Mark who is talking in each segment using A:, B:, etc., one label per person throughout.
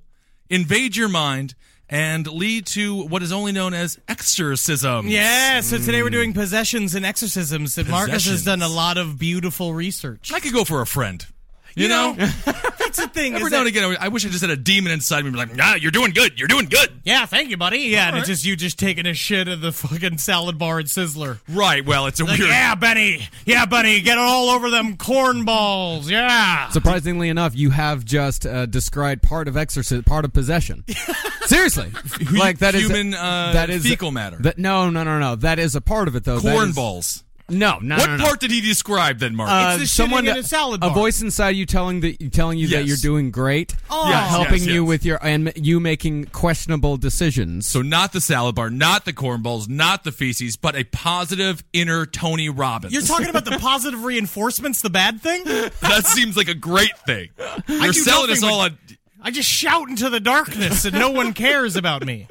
A: invade your mind, and lead to what is only known as exorcism.
B: yeah, so today we're doing possessions and exorcisms, and Marcus has done a
A: Possessions.
B: lot of beautiful research.
A: I could go for a friend. You, know,
B: That's the thing.
A: every
B: is
A: now and
B: that-
A: again, I wish I just had a demon inside me, be like, Nah, you're doing good. You're doing good.
B: Yeah, thank you, buddy. Yeah, and it's just you just taking a shit at the fucking salad bar and Sizzler.
A: Right. Well, it's a
B: Like,
A: weird.
B: yeah, Benny. Yeah, Benny. Get it all over them corn balls. Yeah.
C: Surprisingly enough, you have just uh, described part of exorcism, part of possession. Seriously, like that is
A: human, uh, fecal matter.
C: That, no, no, no, no. That is a part of it though. That
A: Corn
C: is-
A: balls.
C: No, no.
A: what
C: no, no.
A: part did he describe then, Mark?
C: Uh,
B: It's the shitting
C: someone
B: in a salad bar.
C: voice inside you telling that telling you that
A: Yes.
C: you're doing great,
B: Oh.
A: Yes,
C: helping
A: yes,
C: you
A: yes.
C: with your and you making questionable decisions.
A: So not the salad bar, not the corn balls, not the feces, but a positive inner Tony Robbins.
B: You're talking about the positive reinforcements, the bad thing?
A: that seems like a great thing. You're
B: do
A: selling us
B: nothing
A: all
B: with-
A: on.
B: I just shout into the darkness and no one cares about me.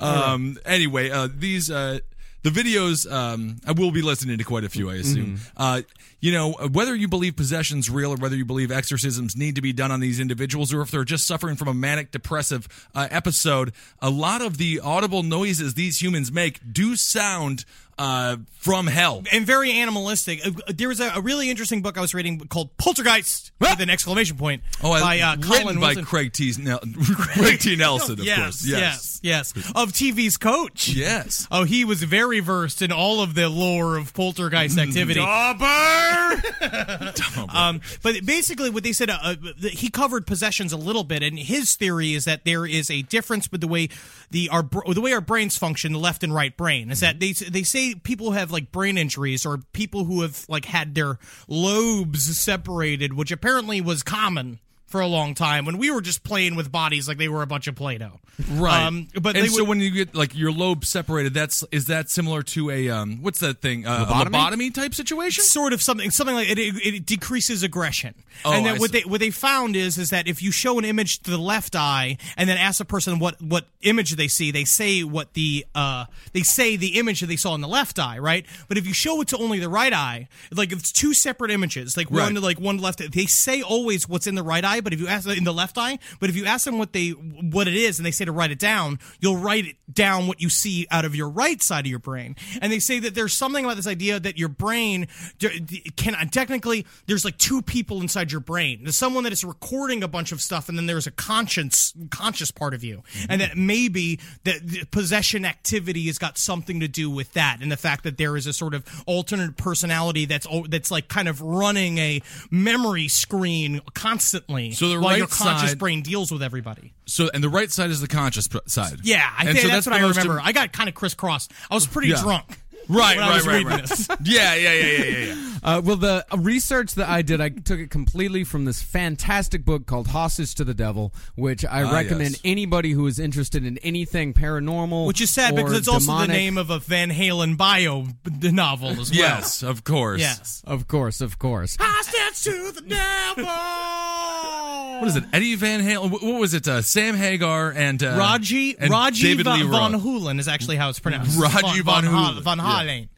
A: Um, anyway, uh, these uh, the videos. Um, I will be listening to quite a few, I assume.
B: Mm-hmm.
A: Uh, you know, whether you believe possession's real or whether you believe exorcisms need to be done on these individuals, or if they're just suffering from a manic depressive uh, episode, a lot of the audible noises these humans make do sound uh, from hell.
B: And very animalistic. Uh, There was a, a really interesting book I was reading called Poltergeist with an exclamation point
A: Oh, I,
B: by uh,
A: written
B: Colin
A: by
B: Wilson.
A: Craig T. Nel- Craig T. Nelson, of
B: yes,
A: course.
B: yes, yes, Of TV's coach.
A: Yes.
B: Oh, he was very versed in all of the lore of poltergeist activity.
A: Oh,
B: Um, but basically, what they said, uh, uh, th- he covered possessions a little bit, and his theory is that there is a difference with the way the our br- the way our brains function, the left and right brain, is that they s- they say people who have like brain injuries or people who have like had their lobes separated, which apparently was common. For a long time, when we were just playing with bodies like they were a bunch of Play-Doh,
A: Right.
B: Um, but
A: Mm-hmm. and
B: they
A: so
B: would-
A: when you get like your lobe separated, that's is that similar to a um what's that thing? Uh, a lobotomy type situation?
B: sort of something something like it, it, it decreases aggression
A: Oh,
B: and
A: I
B: that what
A: see.
B: they what they found is is that if you show an image to the left eye and then ask the person what what image they see they say what the uh they say the image that they saw in the left eye right but if you show it to only the right eye like if it's two separate images like
A: Right.
B: one to like one left they say always what's in the right eye but if you ask in the left eye, but if you ask them what they what it is and they say to write it down, you'll write it down what you see out of your right side of your brain. And they say that there's something about this idea that your brain d- d- can uh, technically there's like two people inside your brain. There's someone that is recording a bunch of stuff, and then there's a conscience conscious part of you,
A: Mm-hmm.
B: and that maybe that the possession activity has got something to do with that, and the fact that there is a sort of alternate personality that's al- that's like kind of running a memory screen constantly.
A: So the
B: while
A: right
B: your conscious
A: side-
B: brain deals with everybody.
A: So, and the right side is the conscious pr- side.
B: Yeah, I
A: And
B: think
A: so
B: that's, what
A: the
B: I
A: most
B: remember.
A: im-
B: I got kind of crisscrossed. I was pretty
A: Yeah.
B: drunk.
A: right,
B: when I
A: right,
B: was
A: right,
B: reading
A: right.
B: this.
A: yeah, yeah, yeah, yeah, yeah, yeah.
C: Uh, well, the research that I did, I took it completely from this fantastic book called Hostage to the Devil, which I
B: Ah,
C: recommend
A: yes.
C: anybody who is interested in anything paranormal.
B: Which is sad
C: or
B: because it's also
C: demonic-
B: the name of a Van Halen bio b- novel as well.
A: Yes, of course.
B: Yes.
C: Of course, of course.
B: Hostage to the devil.
A: What is it? Eddie Van Halen. wh- What was it? Uh, Sam Hagar and uh,
B: Raji
A: and
B: Raji
A: David Lee
B: Von, Von
A: Roth.
B: Hulen is actually how it's pronounced.
A: Raji
B: Von,
A: Von
B: Ha-
A: Hulen.
B: Von
A: Yeah.
B: Halen.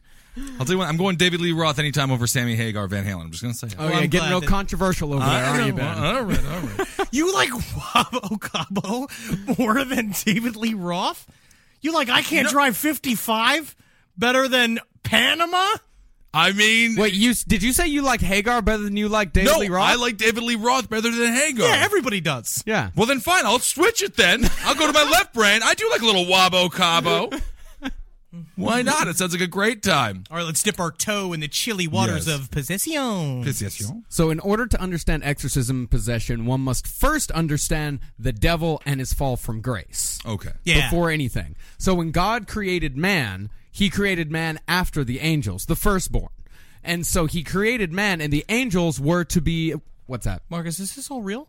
A: I'll tell you what. I'm going David Lee Roth anytime over Sammy Hagar Van Halen. I'm just gonna say. it.
C: Oh,
B: Well,
C: yeah,
B: I'm
C: getting
B: glad
C: real
B: that-
C: controversial over there, aren't you, Ben?
A: All right, all right.
B: You like Wabo Cabo more than David Lee Roth? You like I can't drive 55 better than Panama?
A: I mean,
C: Wait, you did you say you like Hagar better than you like David
A: no,
C: Lee Roth?
A: I like David Lee Roth better than Hagar.
B: Yeah, everybody does.
C: yeah.
A: well, then fine. I'll switch it then. I'll go to my left brain. I do like a little Wabo Cabo. Why not? It sounds like a great time.
B: All right, let's dip our toe in the chilly waters
A: Yes.
B: of possession.
C: So, in order to understand exorcism and possession, one must first understand the devil and his fall from grace
A: Okay.
B: Yeah.
C: before anything. So, when God created man, he created man after the angels, the firstborn. And so, he created man, and the angels were to be. What's that?
B: Marcus, is this all real?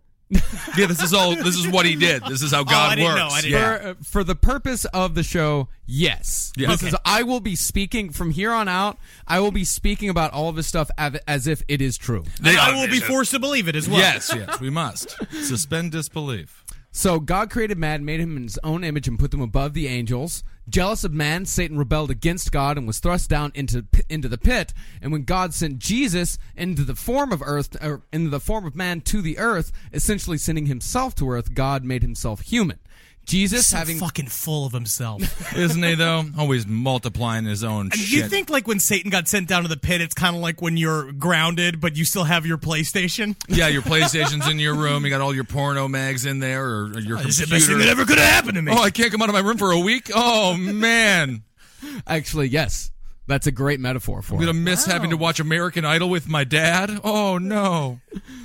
A: Yeah, this is all. This is what he did. This is how
B: Oh, I
A: God
B: didn't
A: works.
B: know, I didn't
A: yeah.
C: For, uh, for the purpose of the show, yes.
A: Yes.
C: This is- I will be speaking from here on out. I will be speaking about all of this stuff av- as if it is true.
A: They
B: I
A: are-
B: will be forced to believe it as well.
A: Yes, yes, we must suspend disbelief.
C: So God created man, made him in his own image, and put them above the angels. Jealous of man, Satan rebelled against God and was thrust down into into the pit. And when God sent Jesus into the form of earth, or into the form of man to the earth, essentially sending himself to earth, God made himself human. Jesus,
B: So
C: having
B: fucking full of himself.
A: Isn't he though? Always multiplying his own
B: Do
A: shit.
B: you think like when Satan got sent down to the pit, it's kind of like when you're grounded, but you still have your PlayStation?
A: yeah, your PlayStation's in your room. You got all your porno mags in there, or, or your
B: This
A: computer.
B: Oh, is the best thing that ever could have happened to me.
A: oh, I can't come out of my room for a week. Oh man,
C: actually, yes, that's a great metaphor for
A: I'm gonna
C: it.
A: miss having to watch American Idol with my dad. Oh no.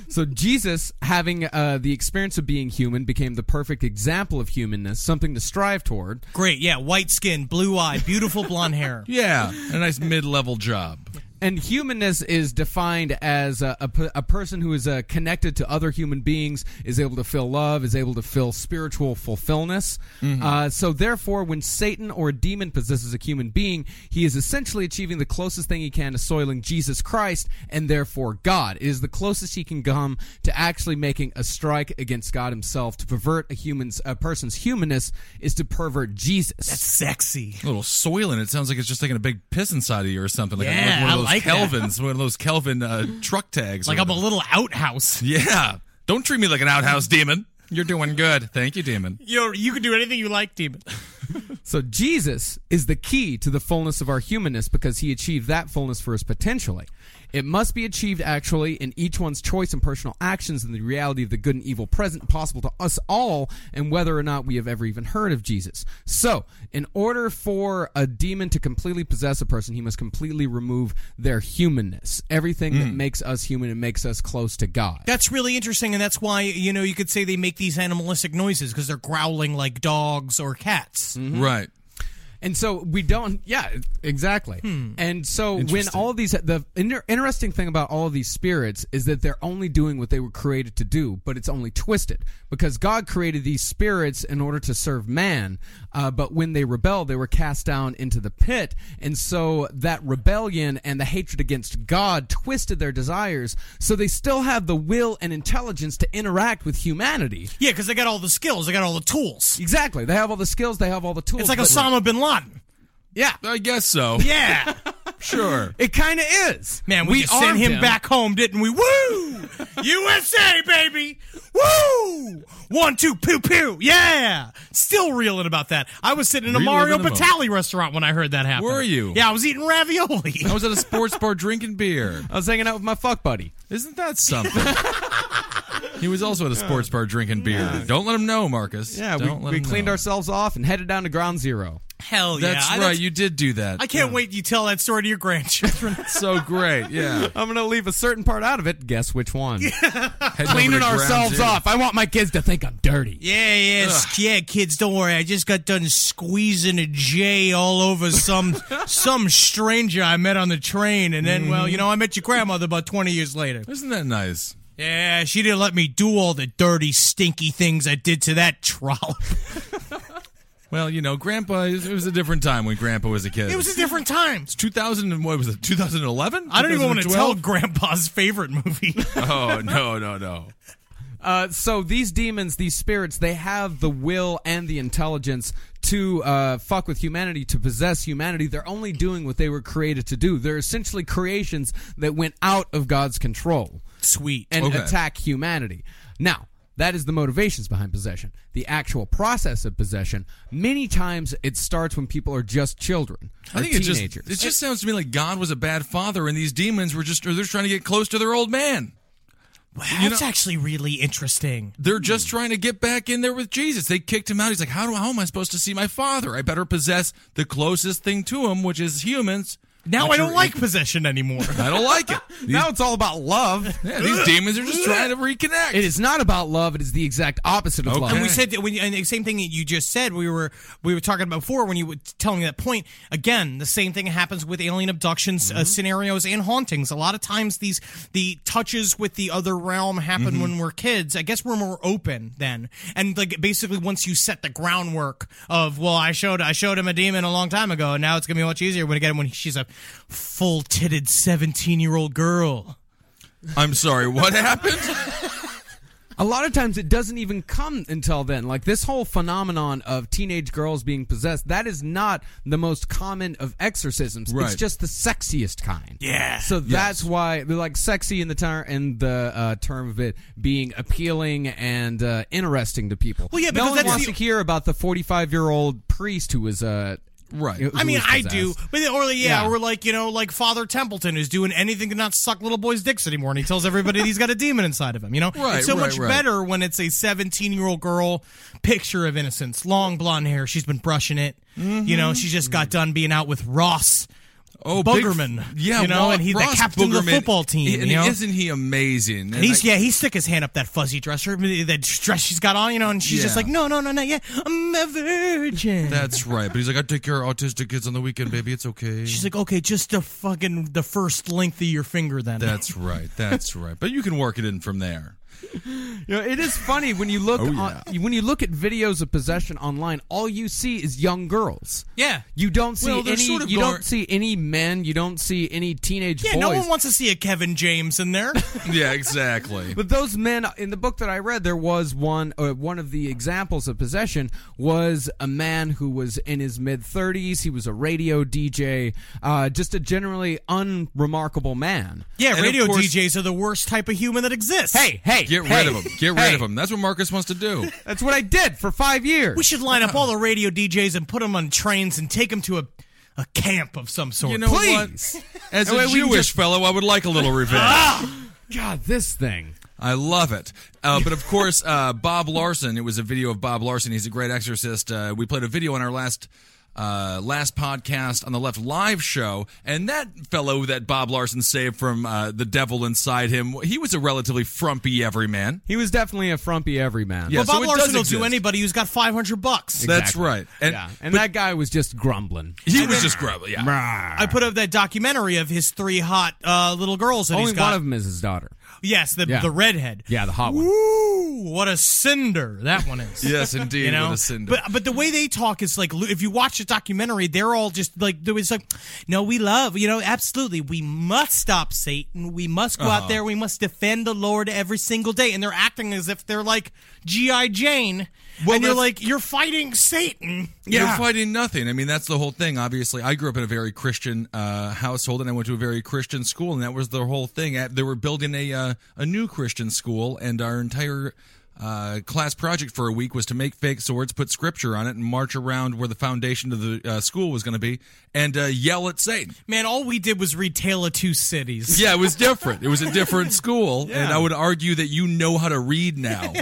C: So Jesus, having uh, the experience of being human, became the perfect example of humanness, something to strive toward.
B: Great, yeah, white skin, blue eye, beautiful blonde hair.
A: Yeah, a nice mid-level job.
C: And humanness is defined as a, a, p- a person who is uh, connected to other human beings, is able to feel love, is able to feel spiritual fulfillment. Uh, so, therefore, when Satan or a demon possesses a human being, he is essentially achieving the closest thing he can to soiling Jesus Christ and therefore God. It is the closest he can come to actually making a strike against God himself. To pervert a human's a person's humanness is to pervert Jesus.
B: Sexy.
A: A little soiling. It sounds like it's just taking a big piss inside of you or something. Like,
B: Yeah,
A: like one of
B: I
A: those
B: like that.
A: Kelvins, one of those Kelvin uh, truck tags. or
B: Like I'm a
A: whatever.
B: little outhouse.
A: Yeah. Don't treat me like an outhouse demon. You're doing good. Thank you, demon.
B: You're, you can do anything you like, demon.
C: So Jesus is the key to the fullness of our humanness because he achieved that fullness for us potentially. It must be achieved actually in each one's choice and personal actions and the reality of the good and evil present possible to us all and whether or not we have ever even heard of Jesus. So, in order for a demon to completely possess a person, he must completely remove their humanness. Everything that makes us human and makes us close to God.
B: That's really interesting, and that's why you know you could say they make these animalistic noises because they're growling like dogs or cats.
A: Right.
C: And so we don't. Yeah, exactly.
B: Hmm.
C: And so when all of these, the inter- interesting thing about all of these spirits is that they're only doing what they were created to do, but it's only twisted because God created these spirits in order to serve man. Uh, but when they rebelled, they were cast down into the pit, and so that rebellion and the hatred against God twisted their desires. So they still have the will and intelligence to interact with humanity.
B: Yeah, because they got all the skills, they got all the tools.
C: Exactly. They have all the skills. They have all the tools.
B: It's like
C: but-
B: Osama bin Laden.
C: Yeah.
A: I guess so.
B: Yeah,
A: Sure.
C: It kind of is.
B: man, we, just sent
C: armed
B: him back home, didn't we? Woo! USA, baby! Woo! One, two, pew, pew! Yeah! Still reeling about that. I was sitting in a
A: Reeling
B: Mario
A: in the moment.
B: Batali restaurant when I heard that happen.
A: Were you?
B: Yeah, I was eating ravioli.
A: I was at a sports bar drinking beer.
C: I was hanging out with my fuck buddy.
A: Isn't that something? he was also at a sports bar drinking beer. Don't let him know, Marcus.
C: Yeah,
A: Don't
C: we,
A: let
C: we
A: him
C: cleaned
A: know.
C: ourselves off and headed down to Ground Zero.
B: Hell yeah.
A: That's
B: I-
A: right. you did do that.
B: I can't wait you tell that story to your grandchildren.
A: So great. Yeah.
C: I'm gonna leave a certain part out of it. Guess which one?
A: Heading over
C: Cleaning
A: to Ground
C: ourselves
A: Zero.
C: off. I want my kids to think I'm dirty.
B: Yeah, yeah, s- yeah, kids, don't worry. I just got done squeezing a J all over some some stranger I met on the train, and then,
D: Mm-hmm.
B: well, you know, I met your grandmother about twenty years later.
A: Isn't that nice?
B: Yeah, she didn't let me do all the dirty, stinky things I did to that trollop.
A: Well, you know, Grandpa. It was a different time when Grandpa was a kid.
B: It was a different time. Oh,
A: 2000 and what was it? 2011?
B: I don't even want to tell Grandpa's favorite movie.
A: Oh no, no, no.
C: Uh, so these demons, these spirits, they have the will and the intelligence to uh, fuck with humanity, to possess humanity. They're only doing what they were created to do. They're essentially creations that went out of God's control
B: Sweet.
C: and
A: Okay.
C: attack humanity. Now, that is the motivations behind possession. The actual process of possession, many times it starts when people are just children. Or
A: I think it
C: teenagers.
A: just it just sounds to me like God was a bad father and these demons were just or they're trying to get close to their old man.
B: wow, that's actually really interesting.
A: They're just trying to get back in there with Jesus. They kicked him out. He's like, "How do how am I supposed to see my father? I better possess the closest thing to him, which is humans."
B: Now
A: Which
B: I don't
A: are-
B: like possession anymore.
A: I don't like it. These,
C: now it's all about love.
A: yeah, these demons are just trying to reconnect.
C: it is not about love. It is the exact opposite of
A: Okay.
C: love.
A: And
B: And we said that when, and the same thing that you just said. We were we were talking about before when you were telling me that point. Again, the same thing happens with alien abductions uh, scenarios and hauntings. A lot of times, these the touches with the other realm happen when we're kids. I guess we're more open then, and like basically once you set the groundwork of well, I showed I showed him a demon a long time ago, and now it's gonna be much easier when I get him when she's a full titted seventeen year old girl.
A: I'm sorry. What happened?
C: A lot of times it doesn't even come until then. Like this whole phenomenon of teenage girls being possessed, that is not the most common of exorcisms. It's
A: Right.
C: just the sexiest kind.
B: Yeah.
C: So that's why they're like sexy in the term and the uh, term of it being appealing and uh, interesting to people.
B: Well, yeah,
C: no
B: because
C: one
B: that's
C: wants
B: the-
C: to hear about the forty-five-year-old priest who was uh,
A: Right.
C: who
B: I mean,
C: was
B: I do,
C: possessed.
B: but then- or like, yeah,
C: Yeah.
B: we're like you know, like Father Templeton who's doing anything to not suck little boys' dicks anymore, and he tells everybody he's got a demon inside of him. You know,
A: Right,
B: it's so
A: right,
B: much
A: right.
B: better when it's a seventeen-year-old girl, picture of innocence, long blonde hair. She's been brushing it. You know, she just got done being out with Ross.
A: Oh,
B: Boogerman.
A: Big, yeah,
B: you know,
A: Ro-
B: and he's the
A: Ross
B: captain of the
A: Boogerman.
B: football team.
A: And
B: you know?
A: isn't he amazing? And
B: And he's
A: I-
B: yeah, he stick his hand up that fuzzy dresser, that dress she's got on, you know, and she's just
A: Yeah.
B: like, no, no, no, no, yeah, I'm a virgin.
A: That's right. But he's like, I take care of autistic kids on the weekend, baby. It's okay.
B: She's like, okay, just the fucking the first length of your finger, then.
A: That's right. That's right. But you can work it in from there.
C: You know, it is funny when you look
B: Oh,
C: on, when you look at videos of possession online. All you see is young girls.
B: Yeah.
C: you don't see
A: Well, they're
C: any.
A: sort of
C: you
A: gar-
C: don't see any men. You don't see any teenage
B: yeah.
C: boys.
B: No one wants to see a Kevin James in there.
A: Yeah, exactly.
C: but those men in the book that I read, there was one. Uh, one of the examples of possession was a man who was in his mid thirties. He was a radio DJ, uh, just a generally unremarkable man.
B: yeah,
A: And of
B: radio
A: course-
B: DJs are the worst type of human that exists.
C: Hey, hey,
A: Get
C: hey,
A: rid of him. Get
C: hey.
A: rid of him. That's what Marcus wants to do.
C: That's what I did for five years.
B: we should line up all the radio DJs and put them on trains and take them to a a camp of some sort.
A: You know
C: Please.
A: what? As
C: That
A: a
C: way we can
A: Jewish
C: just-
A: fellow, I would like a little revenge.
C: God, this thing.
A: I love it. Uh, but of course, uh, Bob Larson. It was a video of Bob Larson. He's a great exorcist. Uh, we played a video on our last. Uh, last podcast on the left live show, and that fellow that Bob Larson saved from uh, the devil inside him, he was a relatively frumpy everyman.
C: He was definitely a frumpy everyman.
A: Yeah,
B: But Bob
A: so it does
B: Larson will
A: exist.
B: do anybody who's got five hundred bucks.
A: That's right. And,
C: yeah. And that guy was just grumbling.
A: He was just grubbing. Yeah.
B: I put up that documentary of his three hot uh, little girls that
C: Only
B: he's got.
C: one of them is his daughter.
B: yes, the
C: Yeah.
B: the redhead.
C: Yeah, the hot one.
B: Woo!
D: what a cinder that one is.
A: Yes, indeed.
D: You know,
A: What a cinder.
D: but but the way they talk is like if you watch the documentary, they're all just like there was like, no, we love you know absolutely we must stop Satan, we must go
A: Uh-huh.
D: out there, we must defend the Lord every single day, and they're acting as if they're like GI Jane, and you're
A: that's-
D: like you're fighting Satan.
A: You're fighting nothing. I mean, that's the whole thing. Obviously, I grew up in a very Christian uh, household, and I went to a very Christian school, and that was the whole thing. At- They were building a uh, a new Christian school, and our entire uh, class project for a week was to make fake swords, put scripture on it, and march around where the foundation of the uh, school was going to be, and uh, yell at Satan.
D: Man, all we did was read Tale of Two Cities.
A: Yeah, it was different. It was a different school, and I would argue that you know how to read now,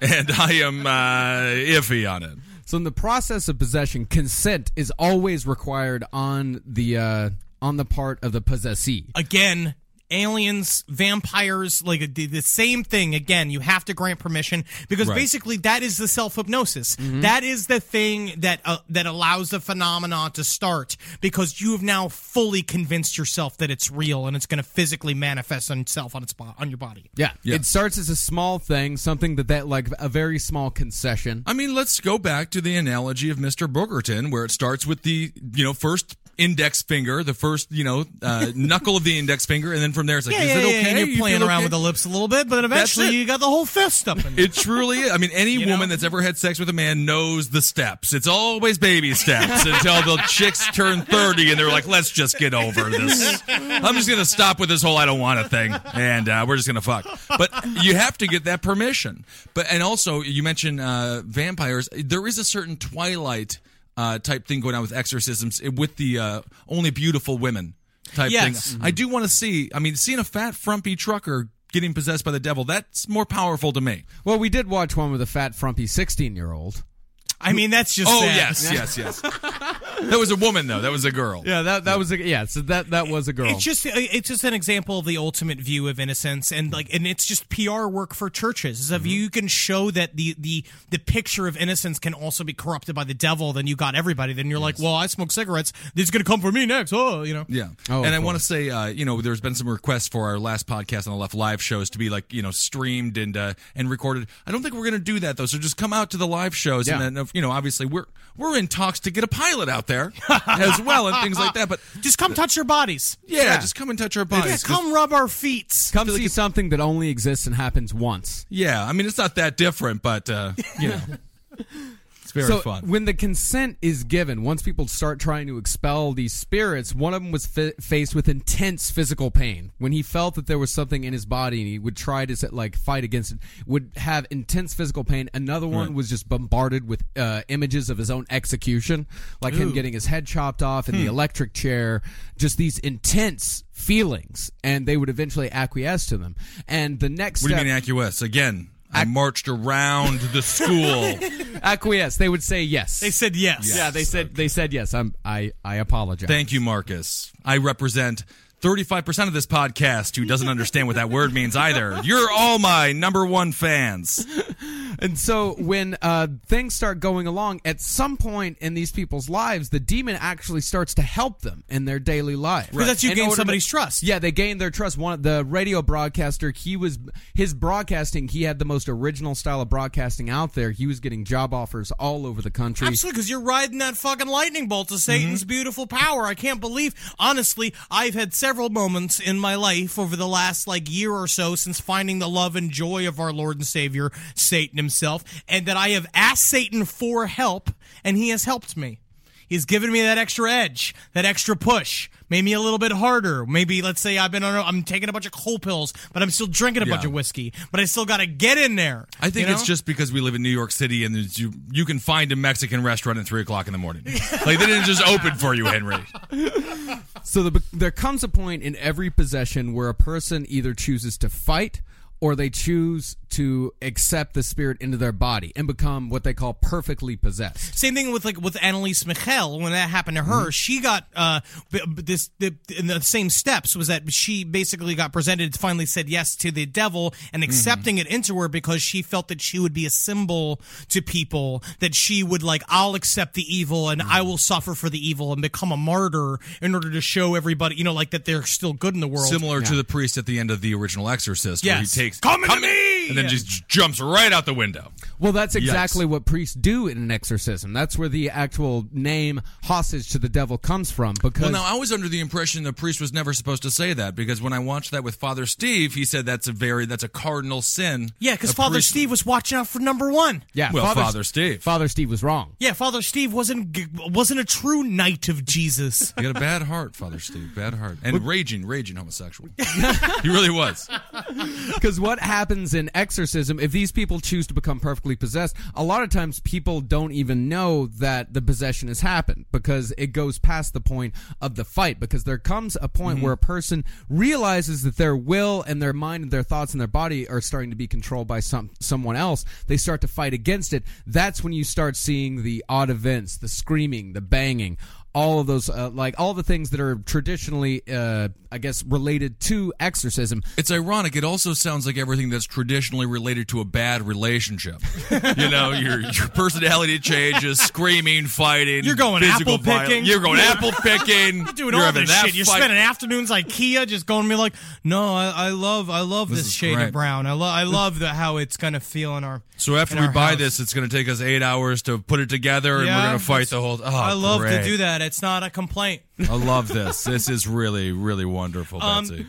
A: and I am uh, iffy on it.
C: So in the process of possession, consent is always required on the uh, on the part of the possessee.
D: again aliens vampires like the, the same thing again you have to grant permission because basically that is the self-hypnosis That is the thing that uh, that allows the phenomena to start because you have now fully convinced yourself that it's real and it's going to physically manifest itself on its bo- on your body
C: Yeah.
A: Yeah.
C: It starts as a small thing, something that that like a very small concession.
A: I mean, let's go back to the analogy of Mr. Boogerton, where it starts with the you know first index finger, the first you know uh, knuckle of the index finger, and then from there it's like, is it okay?
D: and
A: You
D: you're
A: feel
D: playing around
A: okay?
D: with the lips a little bit but eventually
A: it.
D: you got the whole fist up in there.
A: It truly is. I mean, any woman that's ever had sex with a man knows the steps. It's always baby steps until the chicks turn 30 and they're like, let's just get over this. I'm just going to stop with this whole I don't want a thing and uh, we're just going to fuck. But you have to get that permission. But And also, you mentioned uh, vampires. There is a certain twilight uh, type thing going on with exorcisms eh, with the uh, only beautiful women type
D: Yes.
A: thing. I do want to see, I mean, seeing a fat, frumpy trucker. Getting possessed by the devil, that's more powerful to me.
C: Well, we did watch one with a fat, frumpy sixteen-year-old.
D: i mean that's just
A: Oh
D: sad.
A: yes, yes, yes. that was a woman though. That was a girl.
C: Yeah, that that was a yeah. So that that was a girl.
D: It's just uh, it's just an example of the ultimate view of innocence, and like, and it's just PR work for churches. Is If you can show that the the the picture of innocence can also be corrupted by the devil, then you got everybody. Then you're like, well, I smoke cigarettes. This is gonna come for me next. Oh, you know.
A: Yeah.
C: Oh,
A: and I
C: of
A: want to say, uh, you know, there's been some requests for our last podcast on the left live shows to be like, you know, streamed and uh, and recorded. I don't think we're going to do that though. So just come out to the live shows,
C: Yeah.
A: and then uh, you know, obviously we're we're in talks to get a pilot out there as well and things like that. But
D: Just come touch your bodies.
A: yeah, just come and touch our bodies.
D: Yeah,
A: 'cause-
D: come rub our feet.
C: Come see something that only exists and happens once.
A: yeah, I mean, it's not that different, but uh, you know, it's very
C: so
A: fun.
C: when the consent is given, once people start trying to expel these spirits, one of them was fa- faced with intense physical pain when he felt that there was something in his body, and he would try to set- like fight against it. Would have intense physical pain. Another one was just bombarded with uh, images of his own execution, like him getting his head chopped off in the
A: Hmm.
C: electric chair. Just these intense feelings, and they would eventually acquiesce to them. And the next
A: what do you
C: step-
A: mean acquiesce again? I marched around the school.
C: acquiesce? They would say yes.
D: They said yes.
C: yeah, they said they said yes. I'm I I apologize.
A: Thank you, Marcus. I represent 35% of this podcast who doesn't understand what that word means either. You're all my number one fans.
C: And so when uh, things start going along, at some point in these people's lives, the demon actually starts to help them in their daily life. Because
D: that's you gain somebody's trust.
C: Yeah, they gain their trust. One the radio broadcaster, he was his broadcasting. He had the most original style of broadcasting out there. He was getting job offers all over the country.
D: Absolutely, because you're riding that fucking lightning bolt of
A: Mm-hmm.
D: Satan's beautiful power. I can't believe, honestly, I've had several moments in my life over the last like year or so since finding the love and joy of our Lord and Savior, Satan himself, and that I have asked Satan for help, and he has helped me. He's given me that extra edge, that extra push, made me a little bit harder. Maybe let's say I've been on, a, I'm taking a bunch of cold pills, but I'm still drinking a bunch
A: Yeah.
D: of whiskey, but I still got to get in there.
A: I think
D: you
A: it's
D: know?
A: just because we live in New York City and there's- you, you can find a Mexican restaurant at 3 o'clock in the morning. Like, they didn't just open for you, Henry.
C: So the, there comes a point in every possession where a person either chooses to fight or they choose to accept the spirit into their body and become what they call perfectly possessed.
D: Same thing with like with Annalise Michel when that happened to her. She got uh b- b- this the, in the same steps was that she basically got presented finally said yes to the devil and accepting it into her because she felt that she would be a symbol to people that she would like I'll accept the evil and I will suffer for the evil and become a martyr in order to show everybody you know like that they're still good in the world.
A: Similar to the priest at the end of the original Exorcist, where he
D: Yes.
A: takes shrieks,
D: Come into
A: in!"
D: me!
A: And then
D: Yeah.
A: just jumps right out the window.
C: Well, that's exactly what priests do in an exorcism. That's where the actual name hostage to the devil comes from because
A: Well, now I was under the impression the priest was never supposed to say that because when I watched that with Father Steve, he said that's a very that's a cardinal sin.
D: Yeah, because
A: A
D: Father
A: priest-
D: Steve was watching out for number one.
C: yeah,
A: Well, Father Steve.
C: Father Steve was wrong.
D: Yeah, Father Steve wasn't g- wasn't a true knight of Jesus.
A: You got a bad heart, Father Steve. Bad heart, and raging, raging homosexual. he really was.
C: Because what happens in exorcism, if these people choose to become perfectly possessed, a lot of times people don't even know that the possession has happened because it goes past the point of the fight. Because there comes a point where a person realizes that their will and their mind and their thoughts and their body are starting to be controlled by some someone else. They start to fight against it. That's when you start seeing the odd events, the screaming, the banging. All of those, uh, like all the things that are traditionally, uh, I guess, related to exorcism,
A: It's ironic. It also sounds like everything that's traditionally related to a bad relationship. You know, your your personality changes, screaming, fighting.
D: You're going
A: physical
D: apple picking.
A: violence. You're going apple picking. You're
D: Doing all
A: having
D: this
A: that
D: shit. You're
A: fight.
D: spending afternoons like Kia just going to be like, no, I, I love I love this,
A: is
D: shade
A: great.
D: of brown. I, lo- I love the, how it's going to feel in our.
A: So after
D: in
A: we
D: our
A: buy
D: house.
A: this, it's going to take us eight hours to put it together, and we're
D: Yeah,
A: going to fight
D: that's-
A: the whole. Oh,
D: I love
A: great.
D: to do that. It's not a complaint.
A: I love this. This is really, really wonderful,
D: Um,
A: Betsy.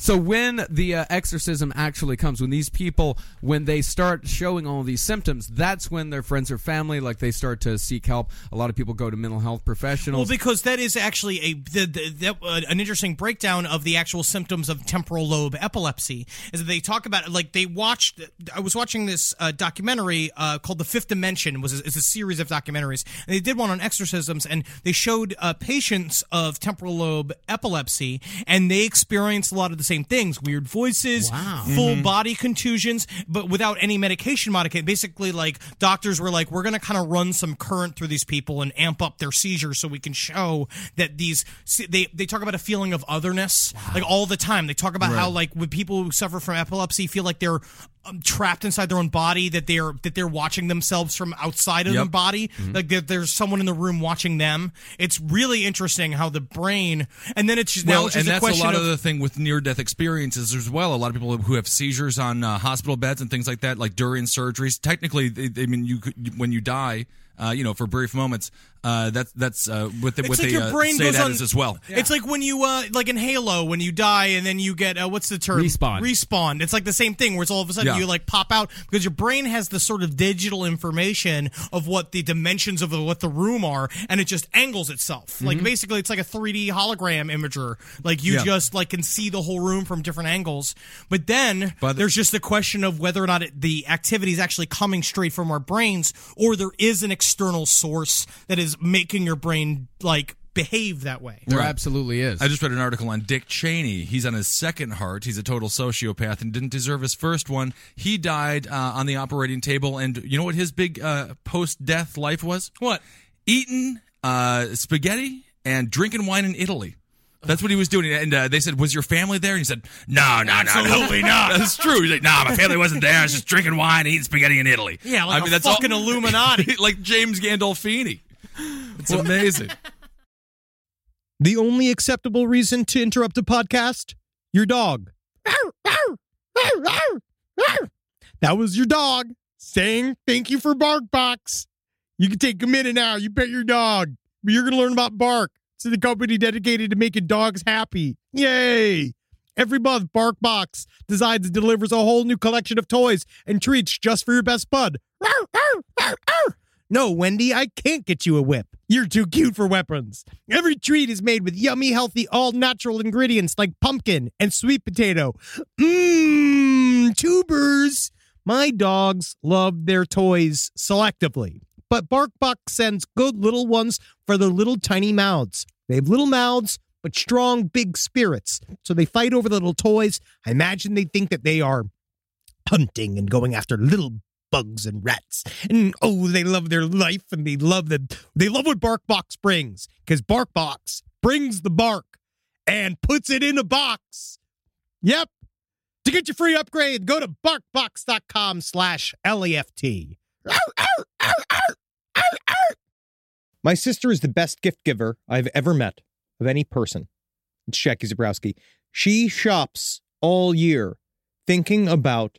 C: So when the uh, exorcism actually comes, when these people, when they start showing all these symptoms, that's when their friends or family, like they start to seek help. A lot of people go to mental health
D: Well,
C: professionals.
D: because that is actually a the, the, that, uh, an interesting breakdown of the actual symptoms of temporal lobe epilepsy. Is that they talk about like they watched? I was watching this uh, documentary uh, called The Fifth Dimension. Was it's a series of documentaries, and they did one on exorcisms, and they showed uh, patients of temporal lobe epilepsy, and they experienced a lot of the same things: weird voices, full
A: Mm-hmm.
D: body contusions, but without any medication modification. Basically, like doctors were like, we're going to kind of run some current through these people and amp up their seizures so we can show that these see, they they talk about a feeling of otherness like all the time. They talk about how like when people who suffer from epilepsy feel like they're um, trapped inside their own body that they're that they're watching themselves from outside of their
A: Yep. Mm-hmm.
D: body like that there's someone in the room watching them it's really interesting how the brain and then it's just now
A: Well,
D: it's
A: and
D: just a
A: that's a
D: question
A: lot
D: of,
A: of the thing with near-death experiences as well. A lot of people who have seizures on uh, hospital beds and things like that, like during surgeries. Technically, they, they I mean, you could, when you die, uh, you know, for brief moments, uh, that's that's uh, what they, what
D: it's like
A: they
D: your
A: uh,
D: brain
A: say
D: goes
A: that
D: on
A: is as well.
D: It's like when you uh, like in Halo when you die and then you get uh, what's the term
C: Respawn.
D: Respawn. It's like the same thing where it's all of a sudden
A: Yeah.
D: you like pop out because your brain has the sort of digital information of what the dimensions of the, what the room are and it just angles itself. Like basically it's like a 3D hologram imager. Like you
A: Mm-hmm. Yeah.
D: just like can see the whole room from different angles. But then
A: But-
D: there's just the question of whether or not it, the activity is actually coming straight from our brains or there is an external source that is making your brain like behave that way.
C: there absolutely is.
A: I just read an article on Dick Cheney. He's on his second heart. He's a total sociopath and didn't deserve his first one. He died uh, on the operating table, and you know what his big uh, post-death life was? What? Eating uh, spaghetti and drinking wine in Italy. That's what he was doing. And uh, they said, "Was your family there?" And he said, "No, no, no, absolutely not." That's true. He's like, "No, my family wasn't there. I was just drinking wine, eating spaghetti in Italy."
D: Yeah, like
A: I mean,
D: a
A: that's all-
D: fucking Illuminati.
A: like James Gandolfini. It's amazing.
B: The only acceptable reason to interrupt a podcast? Your dog. That was your dog saying thank you for BarkBox. You can take a minute now. You pet your dog. But You're going to learn about Bark. It's the company dedicated to making dogs happy. Yay! Every month, BarkBox designs and delivers a whole new collection of toys and treats just for your best bud. No, Wendy, I can't get you a whip. You're too cute for weapons. Every treat is made with yummy, healthy, all natural ingredients like pumpkin and sweet potato. Mmm, tubers. My dogs love their toys selectively, but BarkBox sends good little ones for their little tiny mouths. They have little mouths, but strong, big spirits. So they fight over the little toys. I imagine they think that they are hunting and going after little bugs and rats. And oh, they love their life and they love the they love what BarkBox brings because BarkBox brings the bark and puts it in a box. Yep. To get your free upgrade, go to barkbox.com slash E left. My sister is the best gift giver I've ever met of any person. It's Jackie Zabrowski. She shops all year
D: thinking about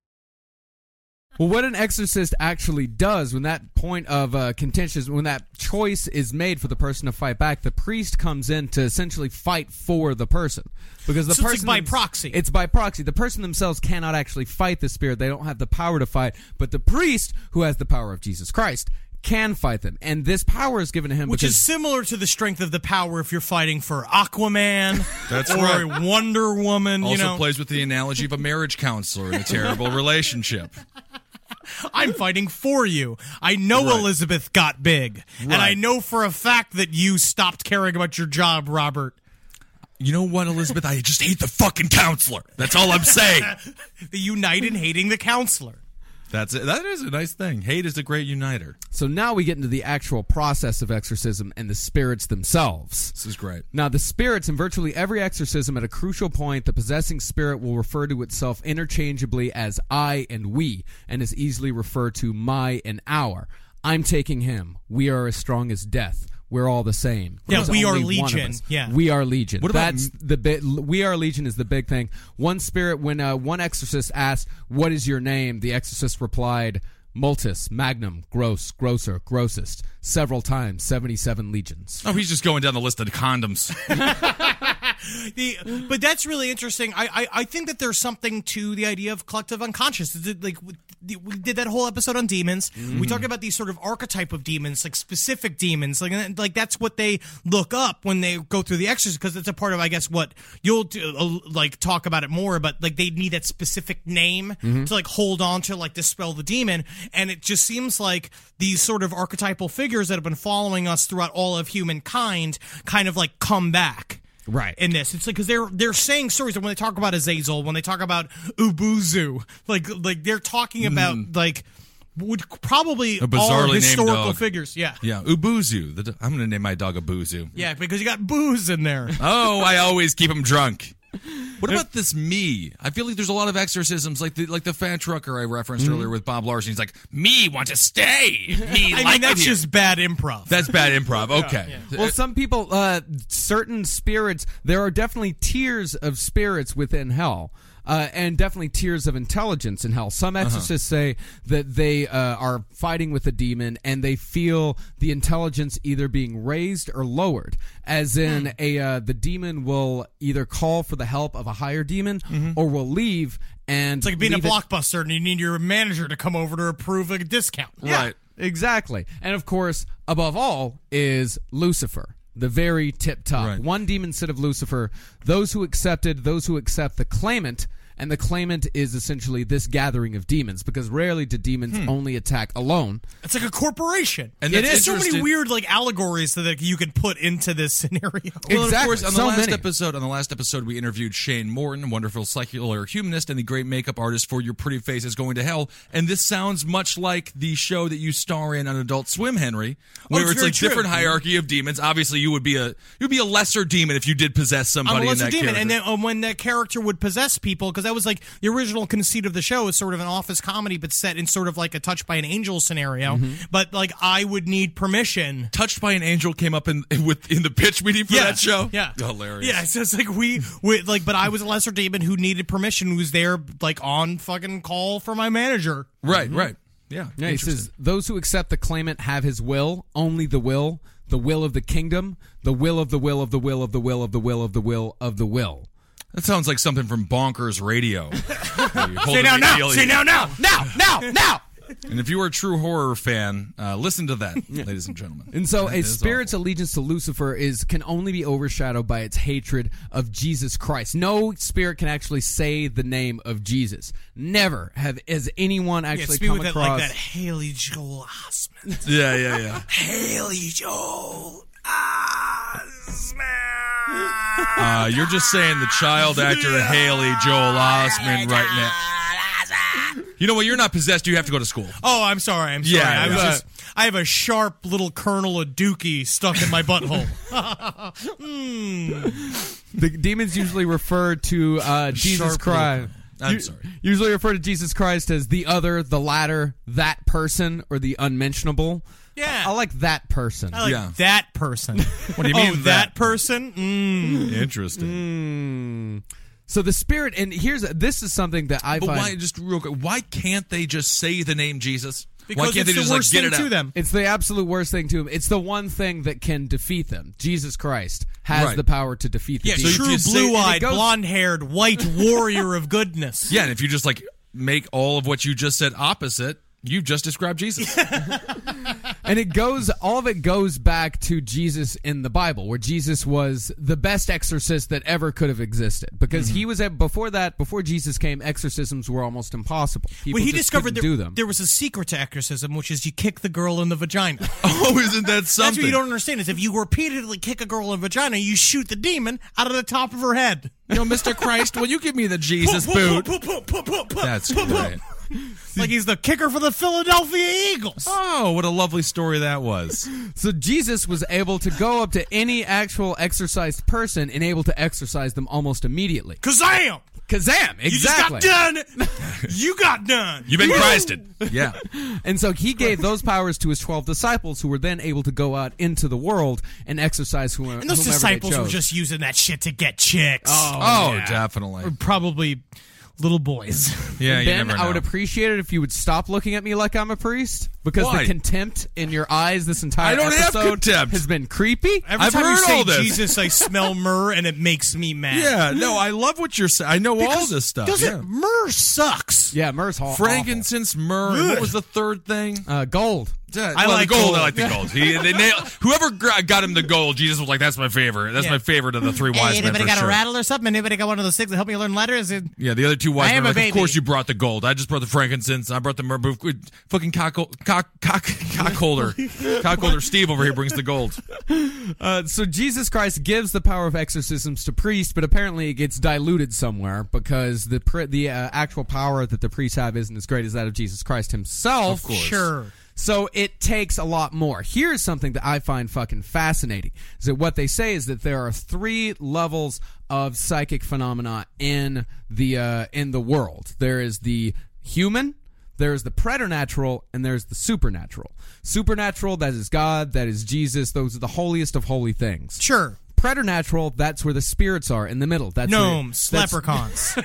C: Well, what an exorcist actually does when that point of uh, contention, when that choice is made for the person to fight back, the priest comes in to essentially fight for the person because the
B: So it's
C: person
B: like by
C: thems-
B: proxy.
C: It's by proxy. The person themselves cannot actually fight the spirit; they don't have the power to fight. But the priest, who has the power of Jesus Christ, can fight them, and this power is given to him
B: Which
C: because
B: is similar to the strength of the power if you're fighting for Aquaman
A: That's
B: or
A: right.
B: Wonder Woman.
A: Also
B: you know,
A: plays with the analogy of a marriage counselor in a terrible relationship.
B: I'm fighting for you. I know
A: Right.
B: Elizabeth got big, and I
A: Right.
B: know for a fact that you stopped caring about your job, Robert.
A: You know what, Elizabeth? I just hate the fucking counselor. That's all I'm saying.
B: The unite in hating the counselor.
A: That's it. That is a nice thing. Hate is a great uniter.
C: so now we get into the actual process of exorcism and the spirits themselves.
A: This is great.
C: Now, the spirits in virtually every exorcism at a crucial point, the possessing spirit will refer to itself interchangeably as I and we, and is easily referred to my and our. I'm taking him. We are as strong as death. We're all the same.
B: Yeah,
C: There's
B: we are
C: only one of
B: legion.
C: us.
B: Yeah.
C: we are legion.
A: What about
C: That's the bit. We are legion is the big thing. One spirit. When uh, one exorcist asked, "What is your name?" the exorcist replied, "Multus, Magnum, Gross, Grosser, Grossest." Several times, seventy-seven legions.
A: Oh, he's just going down the list of condoms.
B: The, but that's really interesting. I, I, I think that there's something to the idea of collective unconscious. Is it Like w- the- we did that whole episode on demons. We talked about these sort of archetype of demons, like specific demons. Like and, like that's what they look up when they go through the exercise because it's a part of I guess what you'll do, uh, like talk about it more. But like they need that specific name to like hold on to like dispel the demon. And it just seems like these sort of archetypal figures that have been following us throughout all of humankind kind of like come back
C: Right.
B: in this. It's like because they're they're saying stories, and when they talk about Azazel, when they talk about Ubuzu, like like they're talking about like would probably
A: Mm. A
B: all
A: bizarrely named
B: historical
A: dog.
B: figures. Yeah. yeah,
A: yeah, Ubuzu. The, do- I'm going to name my dog Ubuzu.
B: because you got booze in there.
A: Oh, I always keep him drunk. What about this me? I feel like there's a lot of exorcisms, like the like the fat trucker I referenced
B: Mm-hmm.
A: earlier with Bob Larson. He's like, me want to stay. Me
B: I
A: like
B: mean,
A: it
B: that's
A: here."
B: just bad improv.
A: that's bad improv. Okay.
C: Well, some people, uh, certain spirits, there are definitely tiers of spirits within hell. Uh, and definitely tiers of intelligence in hell. Some
B: Uh-huh.
C: exorcists say that they uh, are fighting with a demon and they feel the intelligence either being raised or lowered. As
B: Hmm.
C: in, a uh, the demon will either call for the help of a higher demon or will leave. And
B: Mm-hmm. it's like being a
C: leave it-
B: blockbuster and you need your manager to come over to approve a discount.
A: Right.
C: Exactly. And of course, above all is Lucifer, the very tip top.
A: Right.
C: One demon sit of Lucifer, those who accepted, those who accept the claimant, and the claimant is essentially this gathering of demons because rarely do demons
B: Hmm.
C: only attack alone.
B: It's like a corporation.
A: And
B: it
A: that's
B: is so many
A: interesting-
B: weird like allegories that you could put into this scenario.
A: Well, and
C: Exactly.
A: Of course, on the
C: So
A: last
C: many.
A: episode, on the last episode, we interviewed Shane Morton, wonderful secular humanist and the great makeup artist for Your Pretty Face Is Going to Hell. And this sounds much like the show that you star in on Adult Swim, Henry, where
B: it's
A: Oh, it's,
B: very
A: like
B: true.
A: different hierarchy of demons. Obviously, you would be a you'd be a lesser demon if you did possess somebody
B: Unless
A: in
B: a
A: that
B: demon,
A: character.
B: and then um, when that character would possess people, because that was like the original conceit of the show is sort of an office comedy, but set in sort of like a touched by an angel scenario.
A: Mm-hmm.
B: But like I would need permission.
A: Touched by an Angel came up in with in the pitch meeting for
B: Yeah,
A: that show.
B: yeah,
A: hilarious.
B: Yeah, so it's like we, we like, but I was a lesser demon who needed permission, who was there like on fucking call for my manager.
A: right, right. Yeah,
C: Yeah, he says, those who accept the claimant have his will, only the will, the will of the kingdom, the will of the will of the will of the will of the will of the will of the will.
A: that sounds like something from Bonkers Radio.
B: Say
A: Say
B: now, now, say now, now, now, now, now.
A: And if you are a true horror fan, uh, listen to that, ladies and gentlemen.
C: And so,
A: That
C: a
A: is
C: spirit's allegiance to Lucifer is can only be overshadowed by its hatred of Jesus Christ. No spirit can actually say the name of Jesus. Never have has anyone
B: Yeah,
C: actually
B: speak
C: come
B: with that like
C: across.
B: that Haley Joel Osment.
A: awful. Yeah, yeah, yeah.
B: Haley Joel Osment.
A: Uh, you're just saying the child actor Haley Joel Osment right Uh, now. You know what? You're not possessed. You have to go to school.
B: Oh, I'm sorry. I'm sorry.
A: Yeah,
B: I was
A: yeah.
B: just. I have a sharp little kernel of dookie stuck in my butthole.
C: the demons usually refer to uh, Jesus
A: Sharp
C: Christ.
A: little- I'm
C: u-
A: sorry.
C: Usually refer to Jesus Christ as the other, the latter, that person, or the unmentionable.
B: Yeah.
C: I, I like that person.
B: Like,
A: Yeah.
B: That person. What
A: do you
B: Oh,
A: mean,
B: that,
A: that
B: person? Mm.
A: Interesting.
C: Mm. so the spirit, and here's this is something that I
A: But
C: find.
A: why? Just real quick. Why can't they just say the name Jesus?
B: Because
A: why can't
B: it's
A: they
B: the
A: just like
B: worst
A: get
B: thing
A: it
B: to
A: out?
B: them.
C: It's the absolute worst thing to him. It's the one thing that can defeat them. Jesus Christ has
A: Right.
C: the power to defeat the
A: Yeah, so
C: demon.
A: you-
B: True
A: if say-
B: blue-eyed,
C: and it goes-
B: blonde-haired, white warrior of goodness.
A: Yeah, and if you just like make all of what you just said opposite, you've just described Jesus.
C: and it goes all of it goes back to Jesus in the Bible, where Jesus was the best exorcist that ever could have existed. Because
B: Mm-hmm.
C: he was at before that, before Jesus came, exorcisms were almost impossible. People
B: Well, he
C: just
B: discovered
C: couldn't
B: there,
C: do them.
B: there was a secret to exorcism, which is you kick the girl in the vagina.
A: oh, isn't that
B: That's what
A: something?
B: you don't understand is if you repeatedly kick a girl in the vagina, you shoot the demon out of the top of her head.
A: You know, Mr. Christ, will you give me the Jesus
B: Boop,
A: boot?
B: boop, boop, boop, boop, boop,
A: That's
B: boop, boop.
A: great.
B: Like he's the kicker for the Philadelphia Eagles.
A: Oh, what a lovely story that was.
C: so Jesus was able to go up to any actual exorcised person and able to exorcise them almost immediately.
B: Kazam!
C: Kazam! Exactly.
B: You just got done. you got done.
A: You've been Christed. Yeah.
C: And so he gave those powers to his 12 disciples who were then able to go out into the world and exercise whomever,
B: And those
C: whomever
B: disciples
C: they
B: were
C: chose.
B: just using that shit to get chicks.
A: Oh, definitely.
B: Probably little boys.
A: Yeah, you
C: Ben,
A: never
C: I would
A: know.
C: appreciate it if you would stop looking at me like I'm a priest because
A: Why?
C: the contempt in your eyes this entire
A: I don't have
C: episode
A: contempt.
C: has been creepy.
B: Every
A: I've
B: time you
A: heard
B: say
A: all this.
B: Jesus, I smell myrrh and it makes me mad.
A: Yeah, no, I love what you're saying. I know all this stuff.
B: Doesn't
A: yeah.
B: myrrh sucks?
C: yeah, Murr's Hall.
A: Frankincense, myrrh. and What was the third thing?
C: Uh, gold.
A: Yeah,
B: I
A: well,
B: like
A: the gold.
B: gold.
A: I like the gold. He, they nailed, whoever gra- got him the gold, Jesus was like, "That's my favorite. That's
B: Yeah.
A: my favorite of the three wise men." for sure."
B: or something? Anybody got one of those things that help me learn letters?
A: Yeah, the other two wise
B: I
A: men.
B: am
A: were
B: a
A: Like, of
B: baby.
A: course, you brought the gold. I just brought the frankincense. I brought the myrrh. But f- Fucking cock, cock, cock, cock holder, cock holder. Steve over here brings the gold.
C: Uh, so Jesus Christ gives the power of exorcisms to priests, but apparently it gets diluted somewhere because the pri- the uh, actual power that the priests have isn't as great as that of Jesus Christ himself.
A: Of course.
B: Sure.
C: So it takes a lot more. Here's something that I find fucking fascinating: is that what they say is that there are three levels of psychic phenomena in the uh, in the world. There is the human, there's the preternatural and there's the supernatural. Supernatural, that is God, that is Jesus. Those are the holiest of holy things.
B: Sure.
C: Preternatural, that's where the spirits are in the middle. That's where-
B: Gnomes,
C: that's-
B: leprechauns.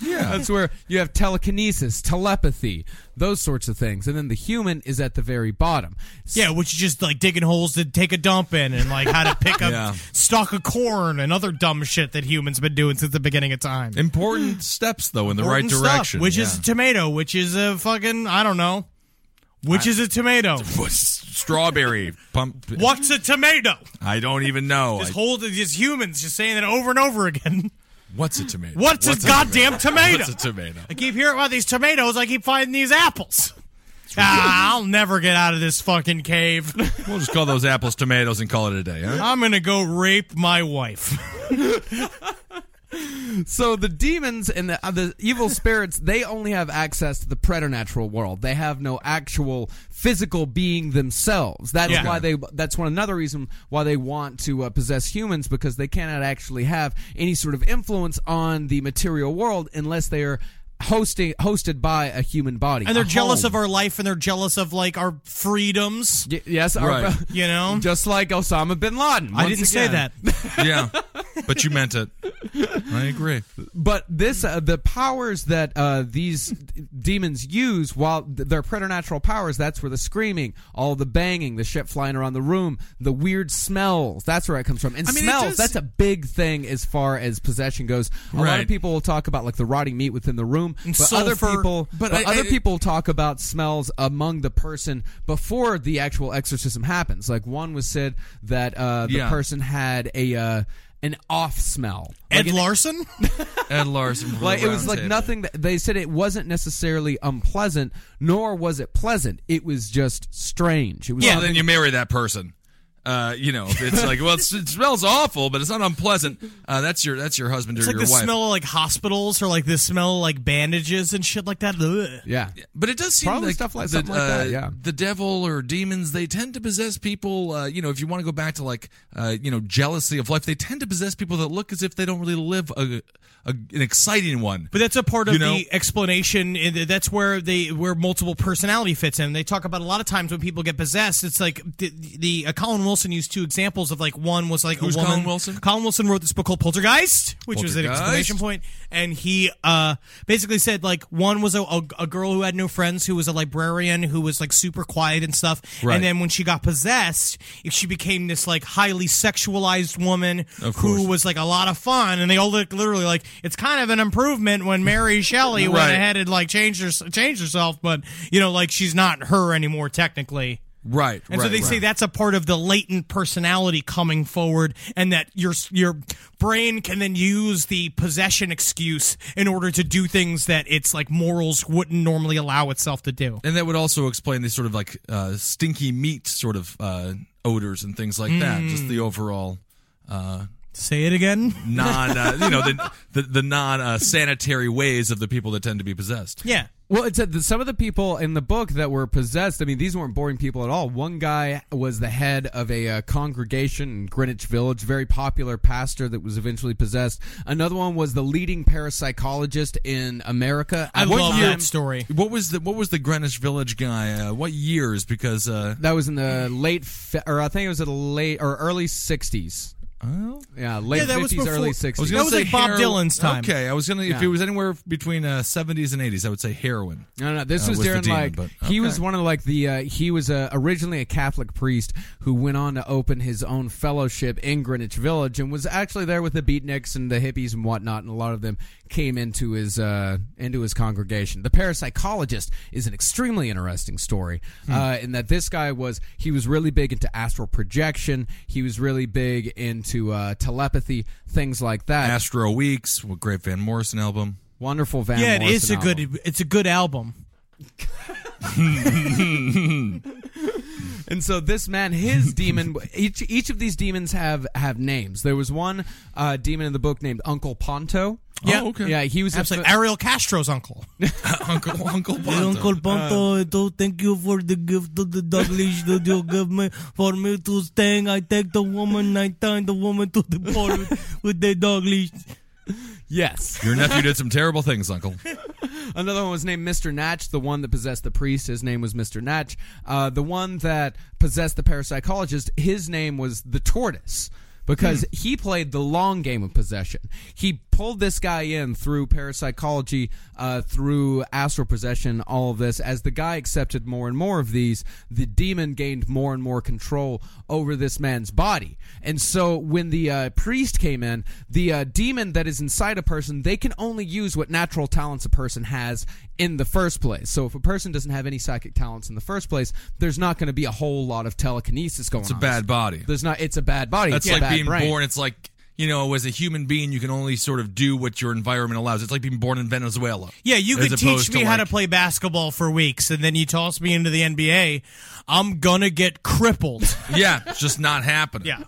C: yeah, that's where you have telekinesis, telepathy, those sorts of things. And then the human is at the very bottom.
B: yeah, which is just like digging holes to take a dump in and like how to pick up
A: Yeah.
B: stalk of corn and other dumb shit that humans been doing since the beginning of time.
A: Important steps though in the
B: Important
A: right
B: stuff,
A: direction,
B: which is a tomato, which is a fucking I don't know. Which is a tomato?
A: What's strawberry pump.
B: What's a tomato?
A: I don't even know.
B: Just
A: I-
B: hold just humans just saying that over and over again.
A: what's a tomato?
B: What's a goddamn tomato?
A: What's a tomato?
B: I keep hearing about these tomatoes. I keep finding these apples. Ah, I'll never get out of this fucking cave.
A: We'll just call those apples tomatoes and call it a day. Huh?
B: I'm gonna go rape my wife.
C: So the demons and the, uh, the evil spirits, they only have access to the preternatural world. They have no actual physical being themselves. That's
B: Yeah.
C: why they. That's one another reason why they want to uh, possess humans because they cannot actually have any sort of influence on the material world unless they are hosting hosted by a human body.
B: And they're
C: a
B: jealous
C: home.
B: of our life, and they're jealous of like our freedoms.
C: Y- yes, our-
A: Right.
B: You know,
C: just like Osama bin Laden.
B: I
C: once
B: didn't say
C: again.
B: that.
A: Yeah, but you meant it. I agree.
C: But this, uh, the powers that uh, these d- demons use, while th- their preternatural powers, that's where the screaming, all the banging, the shit flying around the room, the weird smells, that's where it comes from. And
A: I mean, it
C: smells,
A: does-
C: that's a big thing as far as possession goes. A lot
A: Right.
C: of people will talk about like the rotting meat within the room,
B: And
C: but other
B: sulfur.
C: people,
A: But
C: but,
A: I-
C: other
A: I-
C: people talk about smells among the person before the actual exorcism happens. Like one was said that uh, the
A: Yeah.
C: person had a uh, an off smell.
B: Ed
C: Like an-
B: Larson.
A: Ed Larson. from the
C: like it was
A: Round
C: like
A: Table.
C: nothing that they said it wasn't necessarily unpleasant nor was it pleasant it was just strange it was
A: Well, then you marry that person. Uh, you know, if it's like, well, it's, it smells awful, but it's not unpleasant. Uh, that's your that's your husband or
B: It's like
A: your
B: the
A: wife.
B: smell of like hospitals or like the smell of like bandages and shit like that. Ugh.
C: yeah
A: But it does seem
C: Probably
A: like,
C: stuff like-
A: that,
C: something like that,
A: uh,
C: yeah.
A: The devil or demons, they tend to possess people. Uh, you know, if you want to go back to like, uh, you know, jealousy of life, they tend to possess people that look as if they don't really live a, a an exciting one.
B: But that's a part of
A: You know?
B: the explanation. and That's where they where multiple personality fits in. They talk about a lot of times when people get possessed. It's like the, the uh, Colin Wilson used two examples of like one was like
A: Who's
B: a woman.
A: Colin Wilson?
B: Colin Wilson wrote this book called Poltergeist, which was an
A: Poltergeist.
B: explanation point, and he uh, basically said like one was a, a, a girl who had no friends, who was a librarian, who was like super quiet and stuff,
A: Right.
B: and then when she got possessed, she became this like highly sexualized woman
A: Of
B: who
A: course.
B: was like a lot of fun, and they all look literally like it's kind of an improvement when Mary Shelley went
A: Right.
B: ahead and like changed her, changed herself, but you know, like she's not her anymore technically.
A: right.
B: And so
A: right,
B: they
A: right.
B: say that's a part of the latent personality coming forward, and that your your brain can then use the possession excuse in order to do things that its like morals wouldn't normally allow itself to do.
A: and that would also explain these sort of like uh, stinky meat sort of uh, odors and things like that. Just
B: Mm.
A: the overall
B: Say it again.
A: non, uh, you know, the the, the non uh, sanitary ways of the people that tend to be possessed.
B: Yeah.
C: well it said that some of the people in the book that were possessed i mean these weren't boring people at all one guy was the head of a uh, congregation in greenwich village very popular pastor that was eventually possessed another one was the leading parapsychologist in america
B: I
C: At one
B: love
C: time-
B: that story.
A: What was the what was the Greenwich Village guy? Uh, what years? Because uh,
C: that was in the late, fi- or I think it was in the late or early '60s.
A: well,
C: Yeah, late
B: Yeah, that was
C: 50s,
B: before-
C: early
A: I
C: 60s.
A: was gonna
B: That was
A: say
B: like Bob Dylan's time.
A: Okay, I was gonna if
C: Yeah.
A: it was anywhere between uh, 70s and 80s, I would say heroin.
C: No, no, this
A: Uh,
C: was
A: was the
C: during
A: demon,
C: like
A: but- okay.
C: he was one of like the uh, he was uh, originally a Catholic priest who went on to open his own fellowship in Greenwich Village and was actually there with the beatniks and the hippies and whatnot, and a lot of them came into his uh, into his congregation. The parapsychologist is an extremely interesting story uh, in that this guy was he was really big into astral projection, he was really big into uh, telepathy, things like that.
A: Astro Weeks, with great Van Morrison album.
C: Wonderful Van.
B: yeah, it
C: Morrison
B: is a
C: album.
B: good it's a good album.
C: And so this man, his demon, each each of these demons have have names. There was one uh, demon in the book named Uncle Ponto.
B: Yeah.
A: Oh, okay.
C: Yeah, he was
B: Absolutely.
C: A,
B: Ariel Castro's uncle.
A: Uncle Uncle Bonto. Ah.
B: Bonto, thank you for the gift of the Douglas that you give me. For me to stay, I take the woman, I tie the woman to the pole with, the Douglas.
C: yes.
A: Your nephew did some terrible things, Uncle.
C: Another one was named Mr. Natch. The one that possessed the priest, his name was Mr. Natch. Uh, the one that possessed the parapsychologist, his name was the tortoise. Because he played the long game of possession. He pulled this guy in through parapsychology, uh, through astral possession, all of this. As the guy accepted more and more of these, the demon gained more and more control over this man's body. And so when the uh, priest came in, the uh, demon that is inside a person, they can only use what natural talents a person has in the first place. So if a person doesn't have any psychic talents in the first place, there's not going to be a whole lot of telekinesis going on.
A: It's a bad body.
C: There's not. It's a bad body.
A: That's
C: it's a
A: like
C: bad
A: being
C: brain.
A: born. It's like you know, as a human being, you can only sort of do what your environment allows. It's like being born in Venezuela.
B: Yeah, you
A: As
B: could
A: opposed
B: teach me how to
A: like-
B: play basketball for weeks, and then you toss me into the NBA. I'm gonna get crippled.
A: Yeah, it's just not happening.
B: yeah.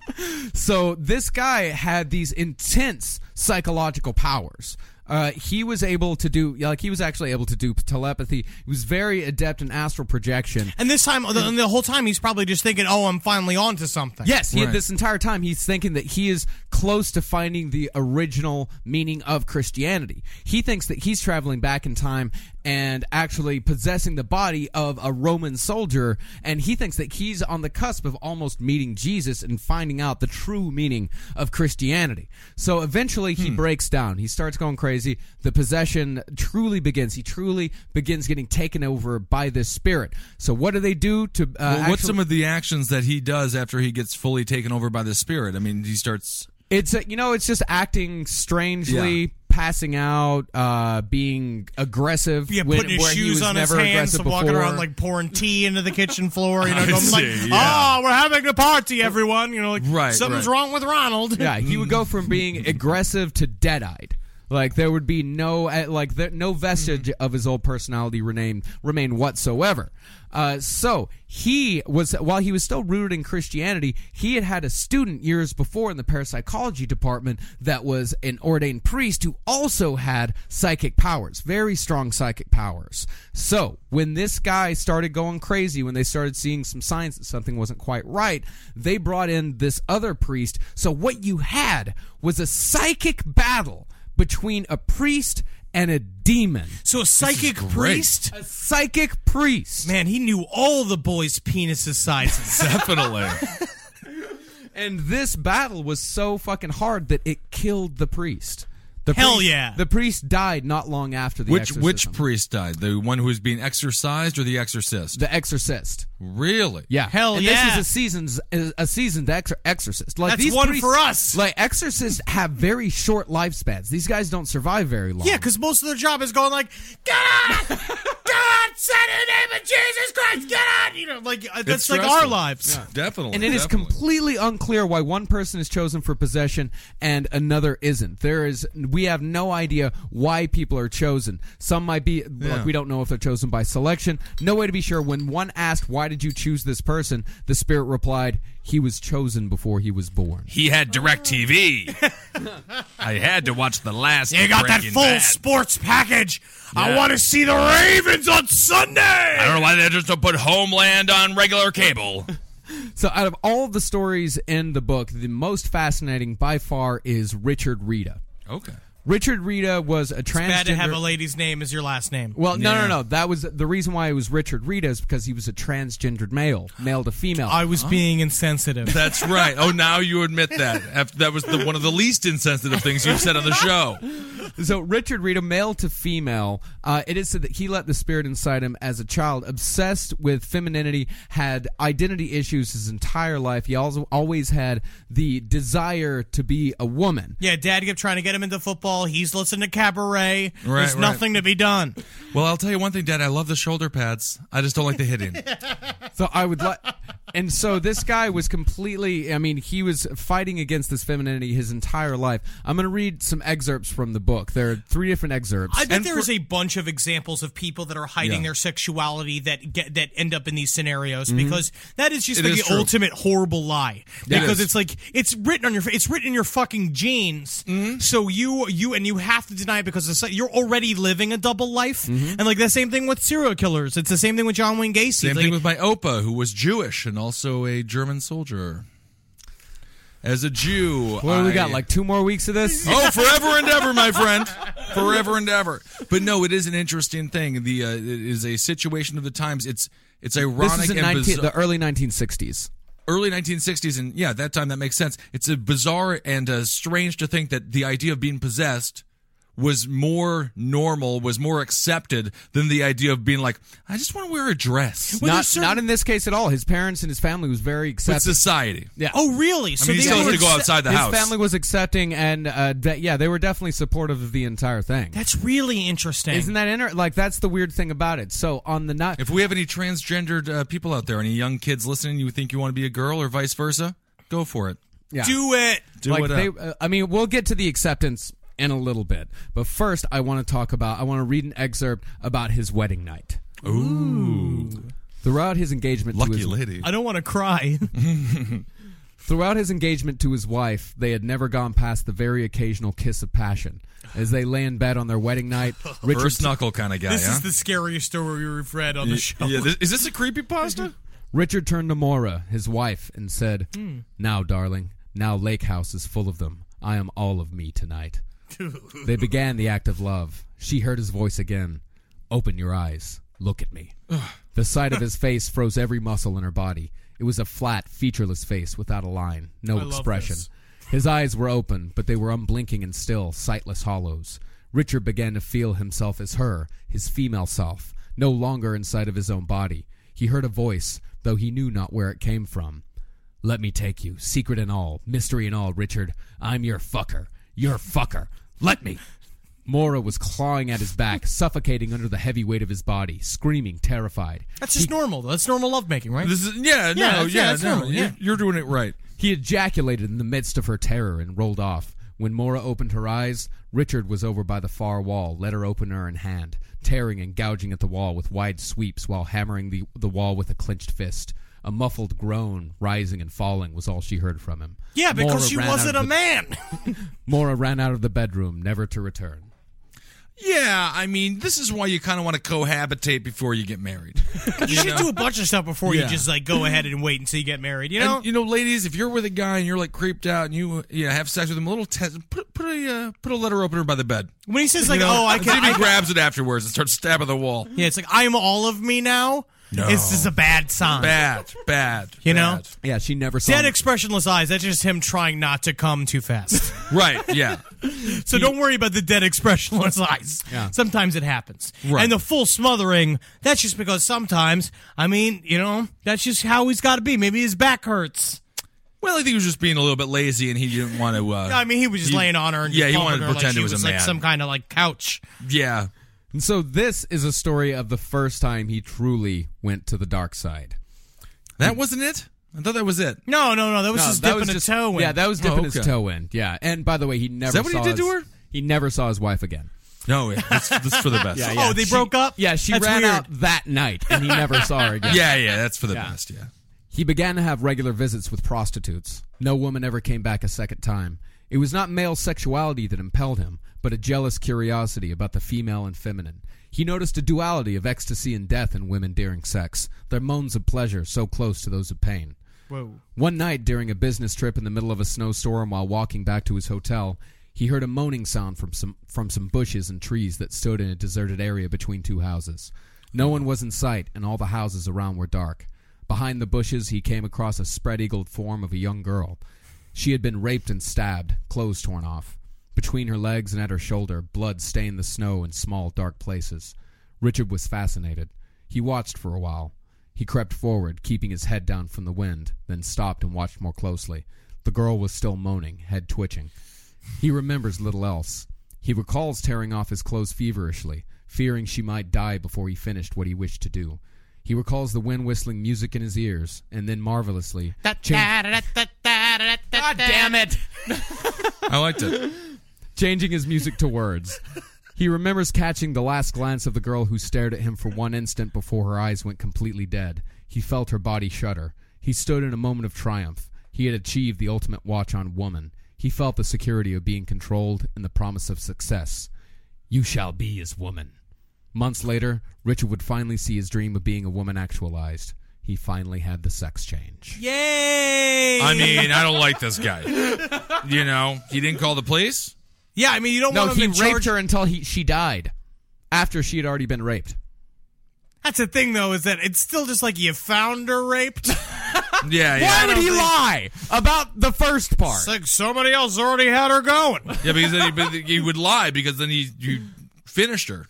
C: So this guy had these intense psychological powers. Uh, he was able to do like he was actually able to do telepathy. He was very adept in astral projection.
B: And this time, the, the whole time, he's probably just thinking, "Oh, I'm finally on to something."
C: Yes, he,
A: Right.
C: this entire time he's thinking that he is close to finding the original meaning of Christianity. He thinks that he's traveling back in time and actually possessing the body of a Roman soldier, and he thinks that he's on the cusp of almost meeting Jesus and finding out the true meaning of Christianity. So eventually he
A: Hmm.
C: breaks down. He starts going crazy. The possession truly begins. He truly begins getting taken over by this spirit. So what do they do to? Uh,
A: Well, what's
C: actually-
A: some of the actions that he does after he gets fully taken over by the spirit? I mean, he starts.
C: It's a, you know, it's just acting strangely,
A: Yeah.
C: passing out, uh, being aggressive.
B: Yeah,
C: when-
B: putting his
C: where he
B: shoes
C: was
B: on his
C: never
B: hands
C: aggressive
B: and walking
C: before.
B: around like pouring tea into the kitchen floor. You know,
A: I
B: going like,
A: see, yeah.
B: "Oh, we're having a party, everyone." You know, like
A: Right,
B: something's
A: right.
B: wrong with Ronald.
C: yeah, he would go from being aggressive to dead-eyed. Like there would be no uh, like there, no vestige
B: Mm-hmm.
C: of his old personality remain remain whatsoever. Uh, so he was while he was still rooted in Christianity, he had had a student years before in the parapsychology department that was an ordained priest who also had psychic powers, very strong psychic powers. So when this guy started going crazy, when they started seeing some signs that something wasn't quite right, they brought in this other priest. So what you had was a psychic battle between a priest and a demon.
B: So a psychic priest.
C: A psychic priest.
B: Man, he knew all the boys' penises sizes.
A: Definitely.
C: And this battle was so fucking hard that it killed the priest. The
B: Hell
C: priest-
B: yeah.
C: The priest died not long after the
A: which which
C: exorcism.
A: priest died? The one who was being exorcised or the exorcist?
C: the exorcist.
A: really?
C: Yeah,
B: Hell
C: and
B: yeah.
C: This is a season's a seasoned ex- exorcist. Like
B: That's
C: these
B: one
C: priests-
B: for us.
C: Like exorcists have very short lifespans. These guys don't survive very long.
B: yeah, because most of their job is going like, "Get out, get out, say the name of Jesus Christ, get out!" You know, like uh, that's
A: It's
B: like our
A: stressful.
B: lives.
A: Definitely.
C: and it is
A: definitely.
C: completely unclear why one person is chosen for possession and another isn't. There is we have no idea why people are chosen. Some might be like we don't know if they're chosen by selection. No way to be sure. When one asked why did you choose this person, the spirit replied, "He was chosen before he was born."
A: He had direct TV. I had to watch the last.
B: You got that
A: Breaking
B: full
A: Bad.
B: sports package. I
A: Yeah.
B: want to see the Ravens on Sunday.
A: I don't know why they just don't put Homeland on regular cable.
C: So, out of all the stories in the book, the most fascinating by far is Richard Rita.
A: Okay.
C: Richard Rita was a transgender.
B: Bad to have a lady's name as your last name.
C: well, no, no, no. That was the reason why it was Richard Rita is because he was a transgendered male, male to female.
B: I was being insensitive.
A: That's right. Oh, now you admit that. After- That was the, one of the least insensitive things you've said on the show.
C: So Richard Rita, male to female, uh, it is said that he let the spirit inside him as a child, obsessed with femininity, had identity issues his entire life. He also always had the desire to be a woman.
B: yeah, Dad kept trying to get him into football. He's listening to cabaret.
A: Right,
B: There's
A: right.
B: nothing to be done.
A: Well, I'll tell you one thing, Dad. I love the shoulder pads. I just don't like the hitting.
C: So I would like, and so this guy was completely, I mean, he was fighting against this femininity his entire life. I'm going to read some excerpts from the book. There are three different excerpts.
B: I bet there is a bunch of examples of people that are hiding their sexuality that get that end up in these scenarios because that is just
A: Mm-hmm. It
B: like
A: is
B: the
A: true.
B: ultimate horrible lie. because
A: is.
B: it's like it's written on your it's written in your fucking genes.
A: Mm-hmm.
B: So you you and you have to deny it because it's like you're already living a double life. And like the same thing with serial killers. It's the same thing with John Wayne Gacy.
A: Mm-hmm. Same
B: Like,
A: thing with my opa, who was Jewish and also a German soldier. As a Jew,
C: what do we got?
A: I-
C: Like two more weeks of this?
A: Oh, forever and ever, my friend. Forever and ever. But no, it is an interesting thing. The uh, it is a situation of the times. It's it's ironic
C: This is in
A: and
C: 19
A: bizarre.
C: the early 1960s.
A: early 1960s, and yeah, that time that makes sense. It's a bizarre and uh, strange to think that the idea of being possessed was more normal, was more accepted than the idea of being like, I just want to wear a dress.
B: Well,
C: not,
B: there's certain-
C: not in this case at all. His parents and his family was very
A: With
C: accepting.
A: society.
C: yeah.
B: Oh really?
A: I mean, he still has
B: were
A: to go
B: accept-
A: outside the
C: his
A: house.
C: family was accepting, and uh, that, yeah, they were definitely supportive of the entire thing.
B: That's really interesting.
C: Isn't that inter- like that's the weird thing about it? So on the night,
A: If we have any transgendered uh, people out there, any young kids listening, you think you want to be a girl or vice versa, go for it.
C: yeah.
B: Do it.
A: Do
C: like
A: it
C: they,
A: up.
C: uh, I mean, we'll get to the acceptance in a little bit, but first, I want to talk about. I want to read an excerpt about his wedding night.
A: Ooh.
C: Throughout his engagement, to
A: Lucky
C: his,
A: lady.
B: I don't want to cry.
C: Throughout his engagement to his wife, they had never gone past the very occasional kiss of passion. As they lay in bed on their wedding night, Richard,
A: First knuckle kind of guy,
B: this
A: huh?
B: is the scariest story we've read on the show.
A: yeah, this, is this a creepy pasta?
C: Richard turned to Mora, his wife, and said, Now, darling, now Lake House is full of them. I am all of me tonight. they began the act of love. She heard his voice again Open your eyes. Look at me. the sight of his face froze every muscle in her body. It was a flat, featureless face without a line, no expression.
B: this.
C: His eyes were open, but they were unblinking and still, sightless hollows. Richard began to feel himself as her, his female self, no longer inside of his own body. He heard a voice, though he knew not where it came from. Let me take you, secret and all, mystery and all, Richard. I'm your fucker. Your fucker. Let me. Mora was clawing at his back, suffocating under the heavy weight of his body, screaming, terrified.
B: That's just normal. though. That's normal lovemaking, right?
A: This is yeah,
B: Yeah,
A: no,
B: it's-
A: yeah,
B: yeah, it's
A: no,
B: normal,
A: you-
B: yeah.
A: You're doing it right.
C: He ejaculated in the midst of her terror and rolled off. When Mora opened her eyes, Richard was over by the far wall, letter opener in hand, tearing and gouging at the wall with wide sweeps while hammering the, the wall with a clenched fist. A muffled groan, rising and falling, was all she heard from him.
B: yeah,
C: Mora
B: because she
C: ran out
B: wasn't a
C: of the-
B: man.
C: Mora ran out of the bedroom, never to return.
A: Yeah, I mean, this is why you kind of want to cohabitate before you get married.
B: you should do a bunch of stuff before
A: Yeah.
B: you just like go ahead and wait until you get married. You know,
A: And, you know, ladies, if you're with a guy and you're like creeped out and you yeah have sex with him, a little test, put put a uh, put a letter opener by the bed.
B: when he says like,
A: You know,
B: "Oh, I
A: and see
B: can,"
A: if
B: I,
A: he grabs it afterwards and starts stabbing the wall.
B: yeah, it's like I'm all of me now.
A: No.
B: It's just a bad sign.
A: Bad, bad.
B: You know?
A: bad.
C: Yeah, she never saw
B: Dead,
C: him.
B: expressionless eyes. That's just him trying not to come too fast.
A: right? Yeah,
B: so don't worry about the dead, expressionless eyes. Sometimes it happens.
A: Right.
B: And the full smothering. That's just because sometimes. I mean, you know, that's just how he's got to be. Maybe his back hurts.
A: Well, I think he was just being a little bit lazy, and he didn't want to. Uh,
B: I mean, he was just laying on her and just
A: yeah, he
B: bumping
A: wanted to
B: her
A: pretend
B: like
A: it
B: she
A: was a
B: like
A: man.
B: some kind of like couch.
A: yeah,
C: And so this is a story of the first time he truly went to the dark side.
A: that wasn't it. I thought that was it.
B: No, no, no. That was just
C: that
B: dipping
C: was
B: a
C: just-
B: toe in.
C: Yeah, that was dipping
A: okay.
C: his toe in. Yeah, and by the way, he never
A: that what he
C: saw
A: did to
C: his-
A: her?
C: He never saw his wife again.
A: No, yeah, that's, that's for the best.
C: Yeah,
B: Oh, they broke up.
C: Yeah, she
B: That's
C: ran
B: weird.
C: out that night, and he never saw her again.
A: yeah, yeah, that's for the best. Yeah.
C: He began to have regular visits with prostitutes. No woman ever came back a second time. It was not male sexuality that impelled him, but a jealous curiosity about the female and feminine. He noticed a duality of ecstasy and death in women during sex, their moans of pleasure so close to those of pain. Whoa. One night during a business trip in the middle of a snowstorm while walking back to his hotel, he heard a moaning sound from some from some bushes and trees that stood in a deserted area between two houses. No one was in sight, and all the houses around were dark. Behind the bushes, he came across a spread eagled form of a young girl. She had been raped and stabbed, clothes torn off. Between her legs and at her shoulder, blood stained the snow in small, dark places. Richard was fascinated. He watched for a while. He crept forward, keeping his head down from the wind, then stopped and watched more closely. The girl was still moaning, head twitching. He remembers little else. He recalls tearing off his clothes feverishly, fearing she might die before he finished what he wished to do. He recalls the wind whistling music in his ears, and then marvelously, chan-
B: God damn it!
A: I liked it.
C: changing his music to words. He remembers catching the last glance of the girl who stared at him for one instant before her eyes went completely dead. He felt her body shudder. He stood in a moment of triumph. He had achieved the ultimate watch on woman. He felt the security of being controlled and the promise of success. You shall be as woman. Months later, Richard would finally see his dream of being a woman actualized. He finally had the sex change.
B: Yay!
C: Uh,
A: I mean, I don't like this guy. You know, he didn't call the police.
B: yeah, I mean, you don't
C: No,
B: want him
C: he
B: in
C: raped
B: charge.
C: her until he, she died, after she had already been raped.
B: That's the thing, though, is that it's still just like you found her raped.
A: Yeah, yeah.
C: Why would he lie about the first part?
B: It's like somebody else already had her going.
A: Yeah, because then he, but he would lie because then he you finished her.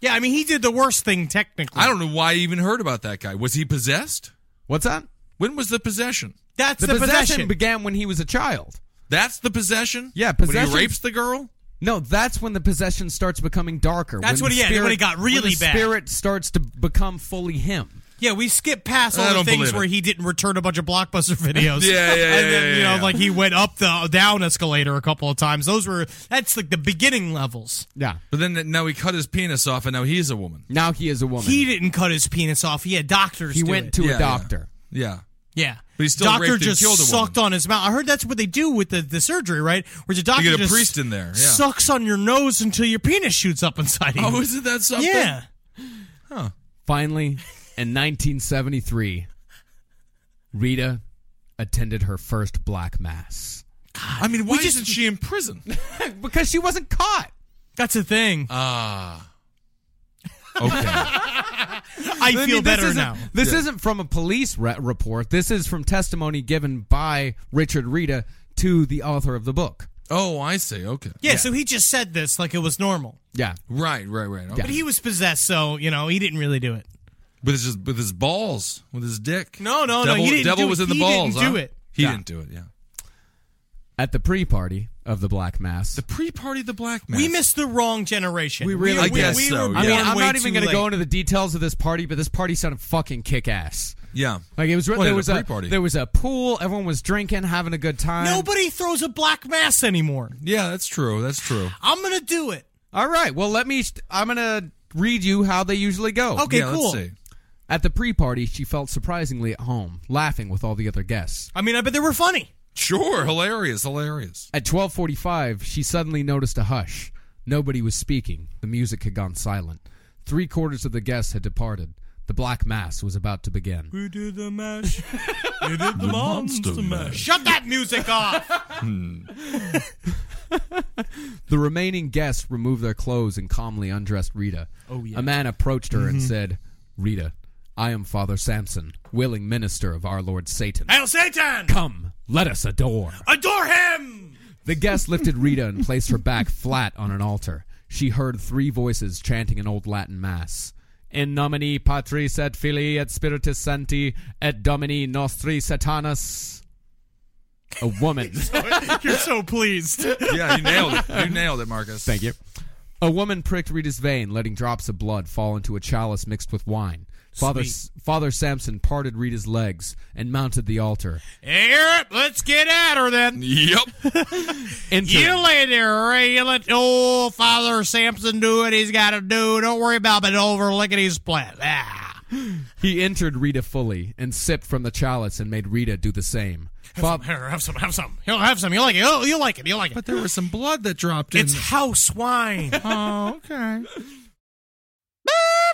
B: Yeah, I mean, he did the worst thing technically.
A: I don't know why I even heard about that guy. Was he possessed?
C: What's that?
A: When was the possession?
B: That's
C: The,
B: the,
C: possession.
B: possession.
C: began when he was a child.
A: That's the possession.
C: Yeah,
A: When
C: possession-
A: he rapes the girl.
C: No, that's when the possession starts becoming darker.
B: That's what
C: when the
B: he had,
C: spirit,
B: when he got really
C: the
B: bad.
C: Spirit starts to become fully him.
B: yeah, we skipped past
A: I
B: all the
A: don't
B: things
A: believe it.
B: where he didn't return a bunch of blockbuster videos.
A: Yeah, yeah, yeah,
B: and then
A: yeah,
B: you know,
A: yeah.
B: like he went up the down escalator a couple of times. Those were that's like the beginning levels.
C: Yeah.
A: But then now he cut his penis off, and now he's a woman.
C: Now he is a woman.
B: He didn't cut his penis off. He had doctors.
C: Oh, He
B: do
C: went
B: it.
C: to
A: Yeah,
C: a
A: yeah.
C: doctor.
A: Yeah.
B: Yeah,
A: But he still raped
B: doctor
A: and
B: just
A: killed a woman.
B: sucked on his mouth. I heard that's what they do with the, the surgery, right? Where the doctor
A: get a
B: just
A: priest in there, yeah.
B: sucks on your nose until your penis shoots up inside of you.
A: Oh, isn't that something?
B: yeah,
C: Finally, in 1973, Rita attended her first black mass
A: I mean, why isn't she in prison?
C: because she wasn't caught.
B: that's the thing.
A: Uh, Okay.
B: I feel
C: mean, this
B: better
C: isn't-
B: now.
C: This isn't from a police re- report. This is from testimony given by Richard Rita to the author of the book.
A: oh, I see. Okay.
B: Yeah, so he just said this like it was normal,
C: Yeah.
A: Right. Right. Right. Okay.
B: but he was possessed, so you know he didn't really do it.
A: With his with his balls, with his dick.
B: No, no, no,
A: devil,
B: he didn't
A: Devil
B: do it.
A: was in the
B: He didn't
A: balls.
B: do
A: huh?
B: it.
A: He
C: Yeah.
A: didn't do it. Yeah.
C: At the pre party of the Black Mass.
A: The pre-party, of the black man.
B: We missed the wrong generation.
C: We really
B: we,
A: did. I guess so,
B: were
A: yeah.
C: I mean,
B: born
C: I'm
B: way
C: not even
B: too
C: going to go
B: late.
C: into the details of this party, but this party sounded fucking kick ass.
A: Yeah.
C: Like it was
A: What,
C: there
A: at a
C: was a,
A: pre-party?
C: there was a pool, everyone was drinking, having a good time.
B: Nobody throws a black mass anymore.
A: Yeah, that's true. That's true.
B: I'm gonna do it.
C: All right, well let me st- I'm going to read you how they usually go.
B: Okay,
A: yeah,
B: cool.
A: Let's see.
C: At the pre-party, she felt surprisingly at home, laughing with all the other guests.
B: I mean, I bet they were funny.
A: Sure. Hilarious. Hilarious.
C: At 12:45, she suddenly noticed a hush. Nobody was speaking. The music had gone silent. Three quarters of the guests had departed. The black mass was about to begin.
B: We did the mash. We did the monster mash. Shut that music off.
C: The remaining guests removed their clothes and calmly undressed Rita. Oh, yeah. A man approached her
B: Mm-hmm.
C: and said, Rita, I am Father Samson, willing minister of our Lord Satan.
B: Hail Satan!
C: Come, let us adore.
B: Adore him!
C: The guest lifted Rita and placed her back flat on an altar. She heard three voices chanting an old Latin mass. In nomine Patris et Filii et Spiritus Sancti et Domini Nostri Satanus. A woman.
B: You're so pleased.
A: Yeah, you nailed it. You nailed it, Marcus.
C: Thank you. A woman pricked Rita's vein, letting drops of blood fall into a chalice mixed with wine. Father Father Samson parted Rita's legs and mounted the altar.
B: Eric, let's get at her then.
A: Yep.
C: Entering,
B: You lay there, Ray. You let old Father Sampson do it. He's got to do. Don't worry about it. Over, look at his splat. Ah.
C: he entered Rita fully and sipped from the chalice and made Rita do the same. Fa-
B: Here, have some. Have some. He'll have some. You'll like it. Oh, you'll like it. You'll like it.
A: But there was some blood that dropped
B: It's
A: in.
B: house wine.
A: Oh, okay.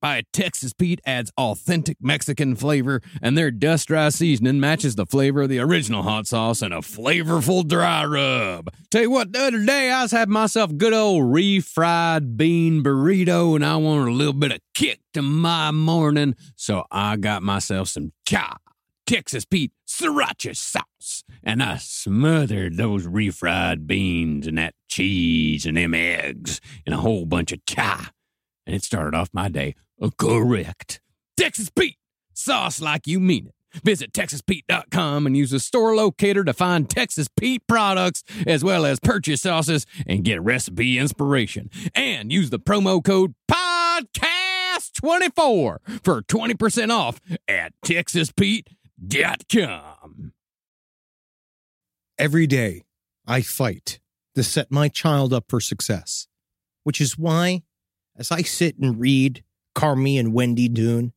A: by Texas Pete adds authentic Mexican flavor, and their dust dry seasoning matches the flavor of the original hot sauce and a flavorful dry rub. Tell you what, the other day I was having myself a good old refried bean burrito, and I wanted a little bit of kick to my morning, so I got myself some cha. Texas Pete sriracha sauce, and I smothered those refried beans and that cheese and them eggs and a whole bunch of chai, and it started off my day correct. Texas Pete sauce like you mean it. Visit TexasPete.com and use the store locator to find Texas Pete products as well as purchase sauces and get recipe inspiration. And use the promo code PODCAST24 for 20% off at TexasPete.com.
D: Every day, I fight to set my child up for success, which is why, as I sit and read Carmi and Wendy Doon,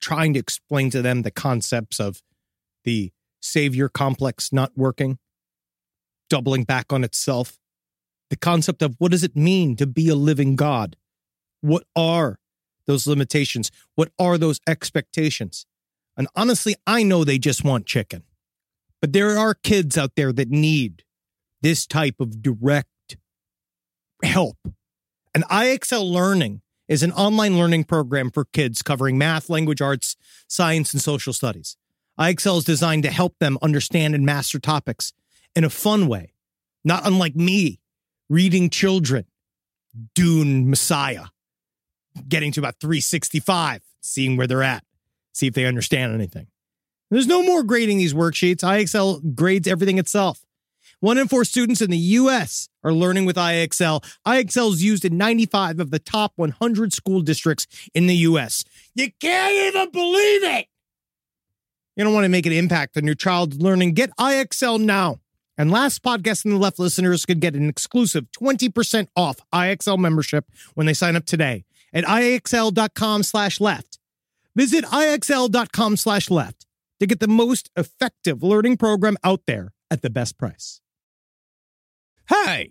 D: trying to explain to them the concepts of the savior complex not working, doubling back on itself, the concept of what does it mean to be a living God? What are those limitations? What are those expectations? And honestly, I know they just want chicken. But there are kids out there that need this type of direct help. And IXL Learning is an online learning program for kids covering math, language arts, science, and social studies. IXL is designed to help them understand and master topics in a fun way, not unlike me reading children, Dune Messiah, getting to about 365, seeing where they're at, see if they understand anything. There's no more grading these worksheets. IXL grades everything itself. One in four students in the U.S. are learning with IXL. IXL is used in 95 of the top 100 school districts in the U.S. You can't even believe it. You don't want to make an impact on your child's learning. Get IXL now. And last podcast on the left listeners could get an exclusive 20% off IXL membership when they sign up today at IXL.com slash left. Visit IXL.com slash left to get the most effective learning program out there at the best price.
A: Hey,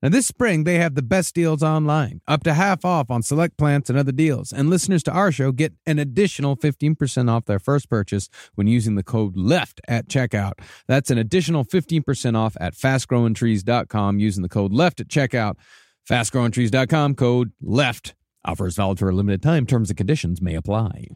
A: Now, this spring, they have the best deals online, up to half off on select plants and other deals. And listeners to our show get an additional 15% off their first purchase when using the code LEFT at checkout. That's an additional 15% off at fastgrowingtrees.com using the code LEFT at checkout. Fastgrowingtrees.com, code LEFT. Offers valid for a limited time. Terms and conditions may apply.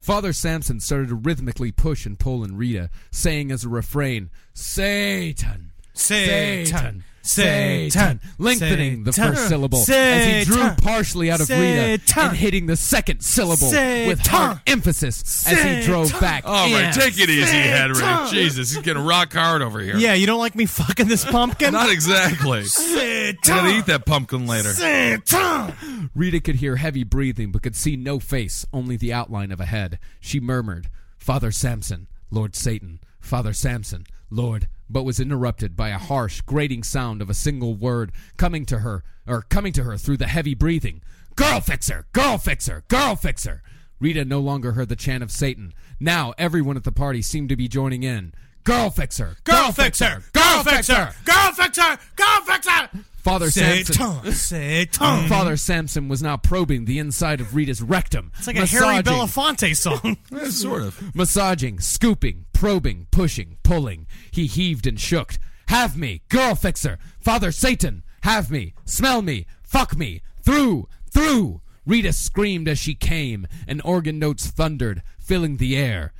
C: Father Samson started to rhythmically push and pull in Rita, saying as a refrain, Satan.
B: Satan.
C: Satan, lengthening the
B: Satan.
C: first syllable as he drew
B: Satan.
C: partially out of Rita
B: Satan.
C: and hitting the second syllable with hard
B: Satan.
C: emphasis as he drove
B: Satan.
C: back.
E: All right,
C: in.
E: Oh, take it easy, Henry.
B: Satan.
E: Jesus, he's getting rock hard over here.
B: Yeah, you don't like me fucking this pumpkin?
E: Not exactly.
B: Satan.
E: I'm gonna eat that pumpkin later.
B: Satan.
C: Rita could hear heavy breathing but could see no face, only the outline of a head. She murmured, Father Samson, Lord Satan, Father Samson, Lord, but was interrupted by a harsh, grating sound of a single word coming to her, or coming to her through the heavy breathing. Girl fixer, girl fixer, girl fixer. Rita no longer heard the chant of Satan. Now everyone at the party seemed to be joining in. Girl fixer, girl fixer, girl fixer, girl fixer, girl fixer.
A: Father Samson.
D: Satan. Satan.
A: Father Samson was now probing the inside of Rita's rectum.
D: It's like a Harry Belafonte song.
C: Eh, sort of.
A: Massaging, scooping, probing, pushing, pulling. He heaved and shook. Have me, girl fixer, Father Satan. Have me, smell me, fuck me, through, through. Rita screamed as she came, and organ notes thundered, filling the air.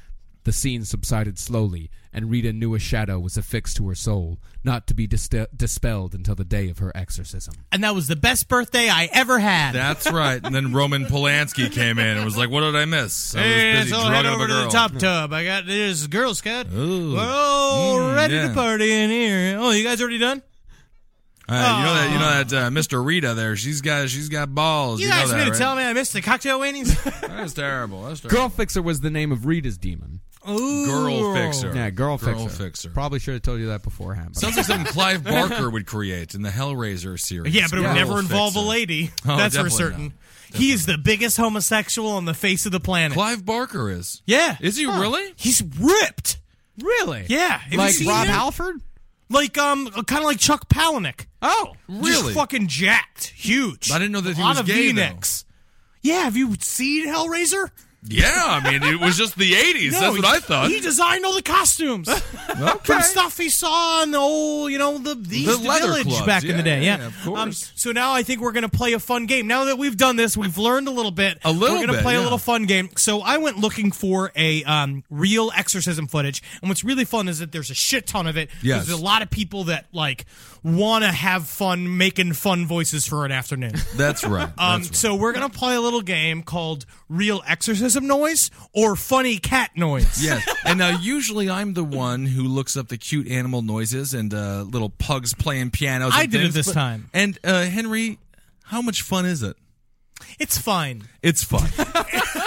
A: The scene subsided slowly, and Rita knew a shadow was affixed to her soul, not to be dis- dispelled until the day of her exorcism.
D: and that was the best birthday I ever had.
C: That's right. And then Roman Polanski came in and was like, "What did I miss? I was
D: Hey,
C: busy
D: so
C: drugging
D: head
C: up a
D: over to the
C: girl." Hmm.
D: top tub. I got this Girl Scout.
C: Ooh.
D: We're all
C: Mm,
D: ready
C: yeah.
D: to party in here. Oh, you guys already done?
C: Uh, you know that you know that uh, Mr. Rita there. She's got she's got balls.
D: You,
C: You,
D: guys
C: know
D: mean
C: that,
D: to
C: right?
D: tell me I missed the cocktail waiting?
C: That's terrible. That's terrible.
A: Girl Fixer was the name of Rita's demon.
D: Ooh.
C: Girl fixer.
A: Yeah, girl,
C: Girl
A: fixer.
C: fixer.
A: Probably should have told you that beforehand. but-
C: Sounds like something Clive Barker would create in the Hellraiser series.
D: Yeah, but it would
C: Girl
D: never involve
C: fixer.
D: a lady.
C: Oh,
D: That's for
C: definitely
D: certain.
C: not.
D: He is the biggest homosexual on the face of the planet.
C: Clive Barker is.
D: Yeah.
C: Is he really?
D: He's ripped.
A: really?
D: Yeah. Have you
A: Like
D: seen
A: Rob
D: him?
A: Halford?
D: Like um kind of like Chuck Palahniuk.
A: Oh,
C: Really?
D: Just fucking jacked. Huge.
C: I didn't know that
D: a
C: he
D: lot
C: was
D: of
C: gay, though.
D: V-necks. Yeah, have you seen Hellraiser?
C: Yeah, I mean, it was just the 80s. That's what
D: he-
C: I thought.
D: He designed all the costumes from stuff he saw in the old, you know, the, the, East
C: leather
D: Village
C: clubs.
D: back in
C: Yeah,
D: the day.
C: yeah,
D: Yeah, Um,
C: of course.
D: so now I think we're going to play a fun game. Now that we've done this, we've learned a little bit.
C: A little
D: We're gonna
C: bit,
D: play
C: yeah.
D: a little fun game. So I went looking for a um, real exorcism footage, and what's really fun is that there's a shit ton of it. 'cause
C: Yes.
D: There's a lot of people that like want to have fun making fun voices for an afternoon.
C: That's right.
D: Um, so we're gonna play a little game called "Real Exorcism Noise" or "Funny Cat Noise."
C: yes. And now, usually, I'm the one who looks up the cute animal noises and uh, little pugs playing pianos.
D: I
C: and
D: did it
C: things,
D: this
C: but-
D: time.
C: And, uh, Henry, how much fun is it?
D: It's fine.
C: It's fun.
D: I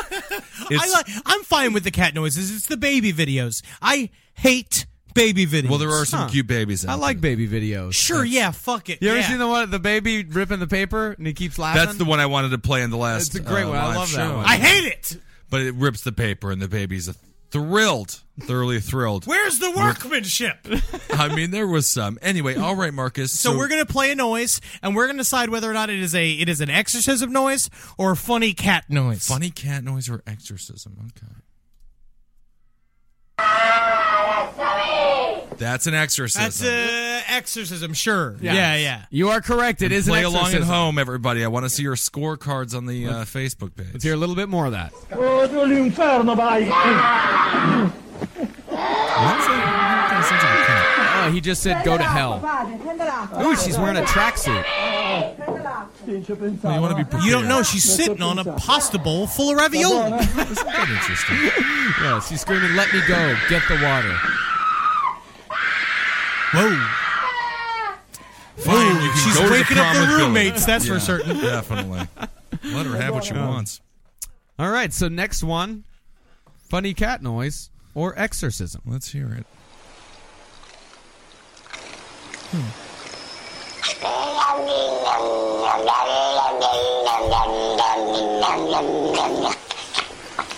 D: li- I'm fine with the cat noises. It's the baby videos. I hate baby videos.
C: well, there are some cute babies out
A: I like baby videos.
D: Sure, yeah, fuck it.
A: You ever
D: yeah.
A: seen the one the baby ripping the paper and he keeps laughing?
C: there. That's the one I wanted to play in the last
A: It's a great
C: uh,
A: one. I
C: live
A: love that
C: show.
A: one.
D: I hate it.
C: But it rips the paper, and the baby's thrilled, thoroughly thrilled.
D: Where's the workmanship?
C: I mean, there was some. Anyway, all right, Marcus.
D: so we're gonna play a noise, and we're gonna decide whether or not it is a it is an exorcism noise or a funny cat noise.
C: Funny cat noise or exorcism? Okay. That's an exorcism.
D: That's uh, exorcism. Sure. Yeah, yeah.
A: You are correct. It is
C: Play
A: an
C: along at
A: exorcism.
C: home, everybody. I want to see your scorecards on the uh, Facebook page.
A: Let's hear a little bit more of that. Oh,
C: What's that? That sounds like a cat.
A: Oh, he just said go to hell. Ooh, she's wearing a tracksuit.
C: Well, you want to be prepared.
D: You don't know she's sitting on a pasta bowl full of ravioli.
C: Isn't that interesting?
A: Yeah, she's screaming, "Let me go, get the water."
D: Whoa.
C: Fine, you can
D: She's
C: go to the
D: waking up
C: prom
D: the
C: with Billy.
D: roommates, that's for
C: Yeah,
D: certain.
C: Definitely. Let her have what she wants.
A: All right, so next one, funny cat noise or exorcism.
C: Let's hear it.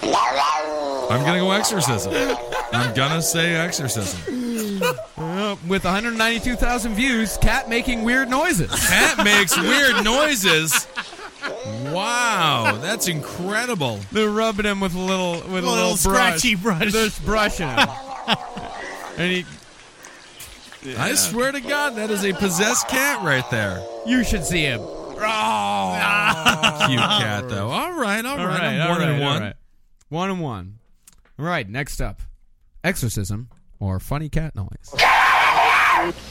C: I'm gonna go exorcism. I'm gonna say exorcism.
A: Uh, with 192,000 views, cat making weird noises.
C: Cat makes weird noises. Wow, that's incredible.
A: They're rubbing him with a little with a
D: Little
A: little brush.
D: scratchy brush.
A: They're just brushing him. and he,
C: I swear to God, that is a possessed cat right there.
A: you should see him.
C: Cute cat, though. All right, all right.
A: All right,
C: I'm
A: all
C: one
A: right,
C: and
A: all
C: one.
A: right. One and one. All right, next up, exorcism or funny cat noise.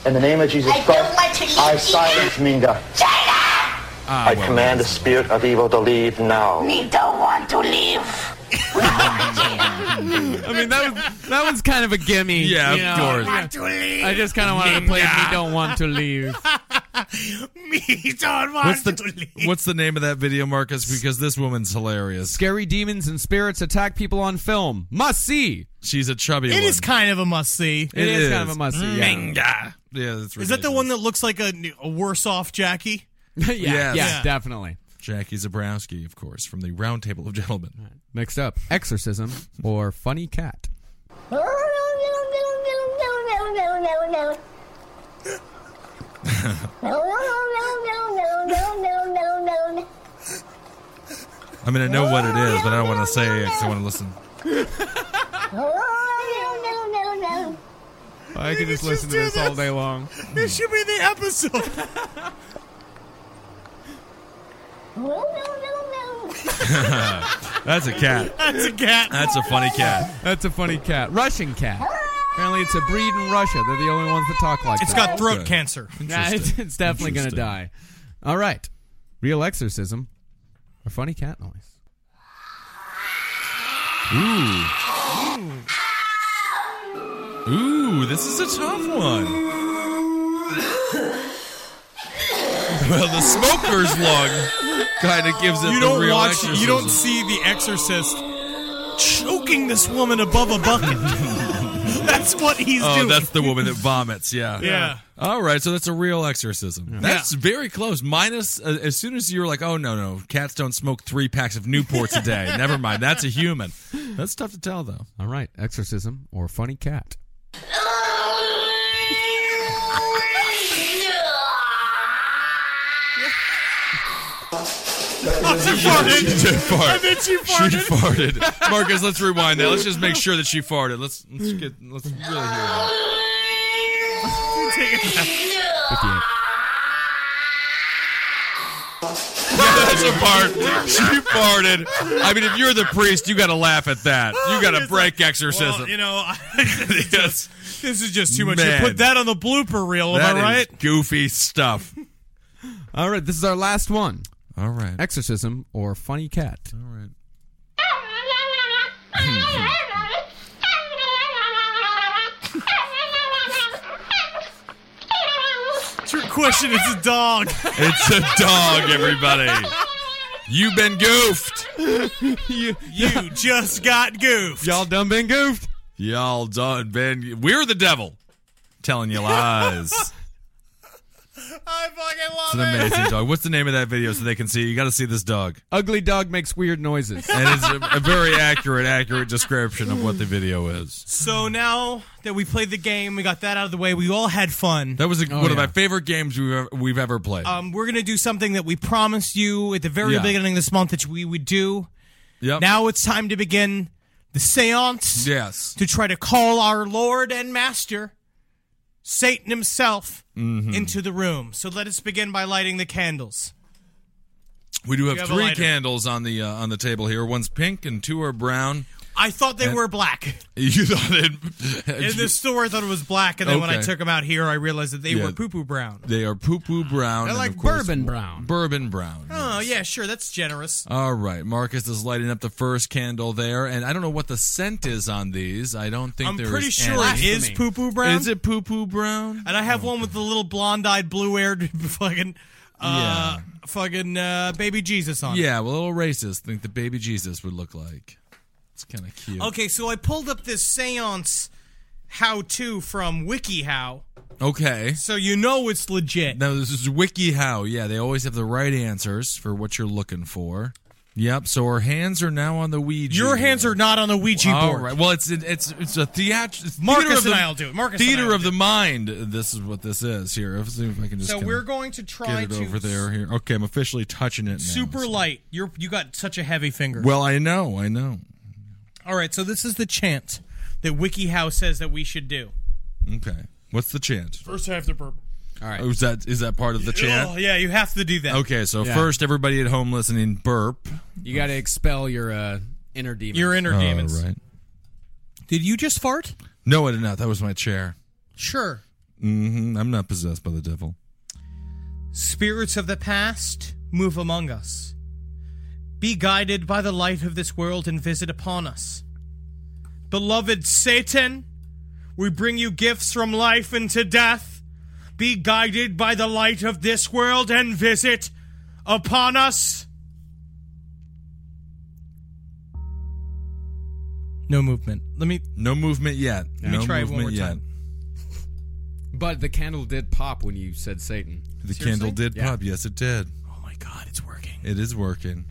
F: In the name of Jesus Christ, I silence Minga.
C: Ah,
F: I
C: well,
F: command the spirit of evil to leave now.
A: I mean, that was, that was kind of a gimme.
C: Yeah,
A: you
C: of
A: know.
C: course.
A: I just kind of wanted to play. We don't want to leave.
D: Me don't want
C: What's
D: to
C: the
D: leave.
C: What's the name of that video, Marcus? Because this woman's hilarious.
A: Scary demons and spirits attack people on film. Must see.
C: She's a chubby
D: It
C: one.
D: is kind of a must see.
A: it
C: It
A: is, kind
C: is.
A: of a must see. Yeah.
C: Minga. Yeah, that's
D: Is that the one that looks like a, n- a worse off Jackie?
A: yeah,
C: Yes.
A: yeah, definitely.
C: Jackie Zabrowski, of course, from the Round Table of Gentlemen.
A: Next up, exorcism or funny cat.
C: I mean, I know what it is, but I don't want to say it 'cause I want to listen.
A: I could just listen to this all day long.
B: This should be the episode.
C: That's a cat.
B: That's a cat.
C: That's a funny cat.
A: That's a funny cat. Russian cat. Apparently, it's a breed in Russia. They're the only ones that talk like
B: It's
A: that.
B: got throat cancer.
A: Nah, it's, it's definitely going to die. All right. Real exorcism or funny cat noise?
C: Ooh, this is a tough one. well, the smoker's lung kind of gives it
B: You
C: the
B: don't
C: real
B: watch. You don't
C: exorcism.
B: see The Exorcist choking this woman above a bucket. that's what he's
C: Oh,
B: doing.
C: that's the woman that vomits. Yeah.
B: Yeah.
C: All right. So that's a real exorcism. That's very close. Minus, uh, as soon as you were like, oh, no, no, cats don't smoke three packs of Newports a day. Never mind. That's a human. That's tough to tell, though.
A: All right. Exorcism or funny cat?
C: I bet you farted. She farted. Marcus, let's rewind that. Let's just make sure that she farted. Let's let's get let's really hear that.
A: 58.
C: That's a fart. She farted. I mean, if you're the priest, you got to laugh at that. You got to break exorcism.
B: Well, you know,
C: Yes.
B: this is just too much.
C: Man.
B: You put that on the blooper reel,
C: That
B: am I
C: is
B: right?
C: goofy stuff.
A: All right. This is our last one.
C: All right.
A: Exorcism or funny cat?
C: All right.
B: That's your question. It's a dog.
C: It's a dog, everybody. You've been goofed.
B: you just got goofed.
A: Y'all done been goofed.
C: Y'all done been. We're the devil, telling you lies.
B: I fucking love
C: It's an amazing dog. What's the name of that video so they can see? You got to see this dog.
A: Ugly dog makes weird noises.
C: and it's a, a very accurate, accurate description of what the video is.
B: So now that we played the game, we got that out of the way. We all had fun.
C: That was a, one of
A: yeah.
C: my favorite games we've ever, we've ever played.
B: Oh, Um, we're gonna do something that we promised you at the very
C: Yeah.
B: beginning of this month that we would do.
C: yep.
B: Now it's time to begin the seance
C: yes,
B: to try to call our Lord and Master, Satan himself,
D: Mm-hmm.
B: into the room. So let us begin by lighting the candles.
C: we do have,
B: have a
C: three
B: lighter.
C: candles on the uh, on the table here. One's pink and two are brown.
B: I thought they were black.
C: You thought it?
B: In the store, I thought it was black, and then when I
C: Okay.
B: took them out here, I realized that they
C: Yeah.
B: were poo poo brown.
C: they are poo poo brown.
A: They're
C: and
A: like
C: of course,
A: bourbon brown.
C: Bourbon brown.
B: Oh, yeah, sure. That's generous.
C: All right, Marcus is lighting up the first candle there, and I don't know what the scent is on these. I don't think
B: I'm
C: there
B: pretty
C: is
B: sure
C: any.
B: it is poo poo brown.
C: Is it poo poo brown?
B: And I have one with the little blonde eyed, blue haired fucking. Uh, Fucking uh, baby Jesus on it.
C: Yeah, well, a little racist. Think the baby Jesus would look like. It's kind of cute.
B: Okay, so I pulled up this seance how to from WikiHow,
C: Okay.
B: so you know it's legit.
C: Now this is WikiHow. Yeah, they always have the right answers for what you're looking for. Yep. So our hands are now on the Ouija.
B: Your hands are not on the Ouija
C: All
B: board.
C: right. Well, it's it, it's it's a theater. it's
B: Marcus
C: theater of
B: and
C: the-
B: I'll do it. Marcus and
C: theater
B: I'll
C: of
B: do
C: the mind. This is what this is here. Let's see if I can just.
B: So
C: kinda
B: we're going to try
C: get it
B: to
C: over there. Here. Okay, I'm officially touching it. Now.
B: super light. You're you got such a heavy finger.
C: Well, I know. I know.
B: All right, so this is the chant that WikiHow says that we should do.
C: Okay. What's the chant?
B: First, I have to burp.
C: Oh, is that is that part of the
B: Oh,
C: chant?
B: yeah, you have to do that.
C: Okay. So
A: Yeah.
C: first, everybody at home listening, burp.
A: You got to expel your uh, inner demon.
B: Your inner demons.
C: All right.
B: Did you just fart?
C: No, I did not. That was my chair.
B: Sure.
C: hmm I'm not possessed by the devil.
B: Spirits of the past, move among us. Be guided by the light of this world and visit upon us. Beloved Satan, we bring you gifts from life into death. Be guided by the light of this world and visit upon us. No movement. Let me.
C: No movement yet.
B: me
C: no
B: try it one
C: movement
B: more
C: yet.
B: time.
A: But the candle did pop when you said Satan.
C: The candle did
A: Yeah.
C: pop. Yes, it did.
B: Oh my god, it's working.
C: It is working.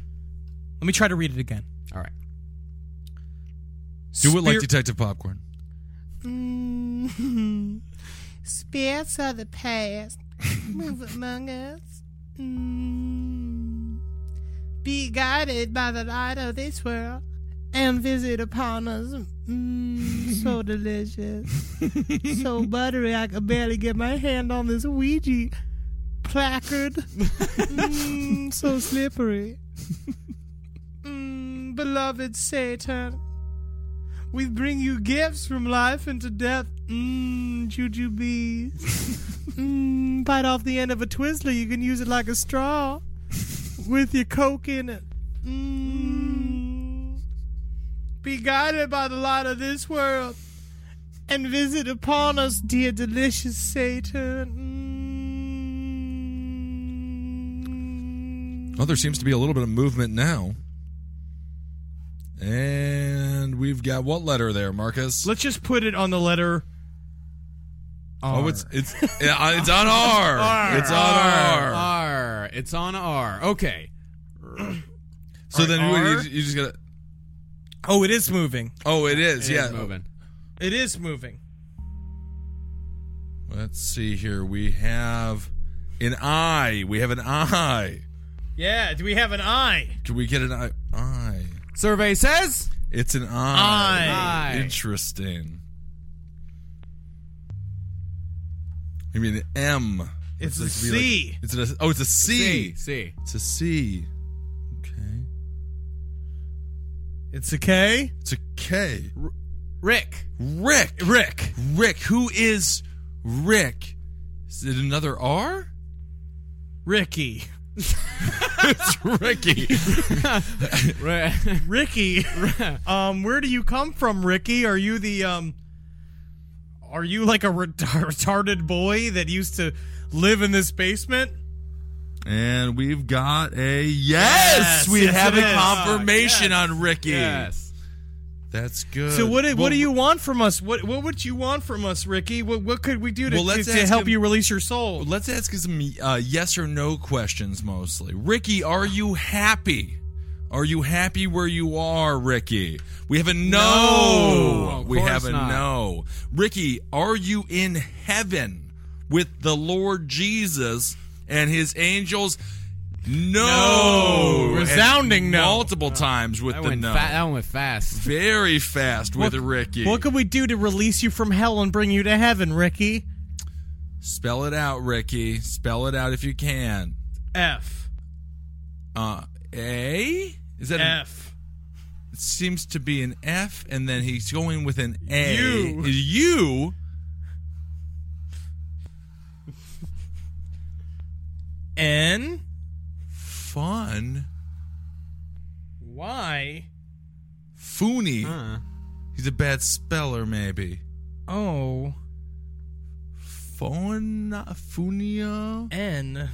B: Let me try to read it again.
A: All right.
C: Do it like
B: Spirit-
C: Detective Popcorn.
B: Mm-hmm. Spirits of the past, Move among us. Mm. Be guided by the light of this world and visit upon us. Mm, so delicious. so buttery, I could barely get my hand on this Ouija placard. Mm, so slippery. Mm, beloved Satan, we bring you gifts from life into death. Mmm, juju bees. Mmm, bite off the end of a Twizzler. You can use it like a straw with your coke in it. Mmm. Be guided by the light of this world and visit upon us, dear delicious Mm. Satan.
C: Well, Oh, there seems to be a little bit of movement now. And we've got what letter there, Marcus?
B: Let's just put it on the letter.
C: Oh, it's it's yeah, it's on R. It's on R.
A: R. It's on R. Okay.
C: So then
B: R.
C: you, you just gotta.
B: Oh, it is moving.
C: Oh, it is.
A: It
C: yeah.
A: is moving.
B: It is moving.
C: Let's see here. We have an I. We have an I.
B: Yeah, do we have an eye?
C: Can we get an I? I.
A: Survey says
C: It's an I.
A: Aye.
C: Interesting. I mean an M.
B: It's a
C: like to be
B: C.
C: Like, it's an, oh, it's a
A: C.
C: C.
A: C.
C: It's a C. Okay.
B: It's a K.
C: It's a K.
A: Rick.
C: Rick. Rick. Rick. Who is Rick? Is it another R?
B: Ricky.
C: It's Ricky.
A: Rick.
B: Ricky. um, where do you come from, Ricky? Are you the um are you like a ret- retarded boy that used to live in this basement?
C: and we've got a yes.
B: Yes,
C: we
B: yes,
C: have
B: it
C: a
B: is.
C: confirmation on Ricky.
A: yes.
C: That's good.
B: So what?
C: Uh, Well,
B: what do you want from us? What What would you want from us, Ricky? What What could we do to,
C: Well, let's
B: to
C: ask
B: help
C: him-
B: you release your soul?
C: Let's ask some uh, yes or no questions mostly. Ricky, are you happy? Are you happy where you are, Ricky? We have a no.
A: of
C: we have
A: course
C: a
A: not.
C: no. Ricky, are you in heaven with the Lord Jesus and his angels? No.
B: No. Resounding
C: And
B: no.
C: Multiple times with
A: That
C: the
A: went,
C: no.
A: fa- that one went fast.
C: Very fast with Ricky.
B: What could we do to release you from hell and bring you to heaven, Ricky?
C: Spell it out, Ricky. Spell it out if you can.
B: F
C: Uh, A? Is that an
B: F.
C: it seems to be an F, and then he's going with an A.
B: You.
C: Is you
B: N
C: fun
B: Y
C: Foony. He's a bad speller, maybe.
B: O
C: Fun Funia.
B: N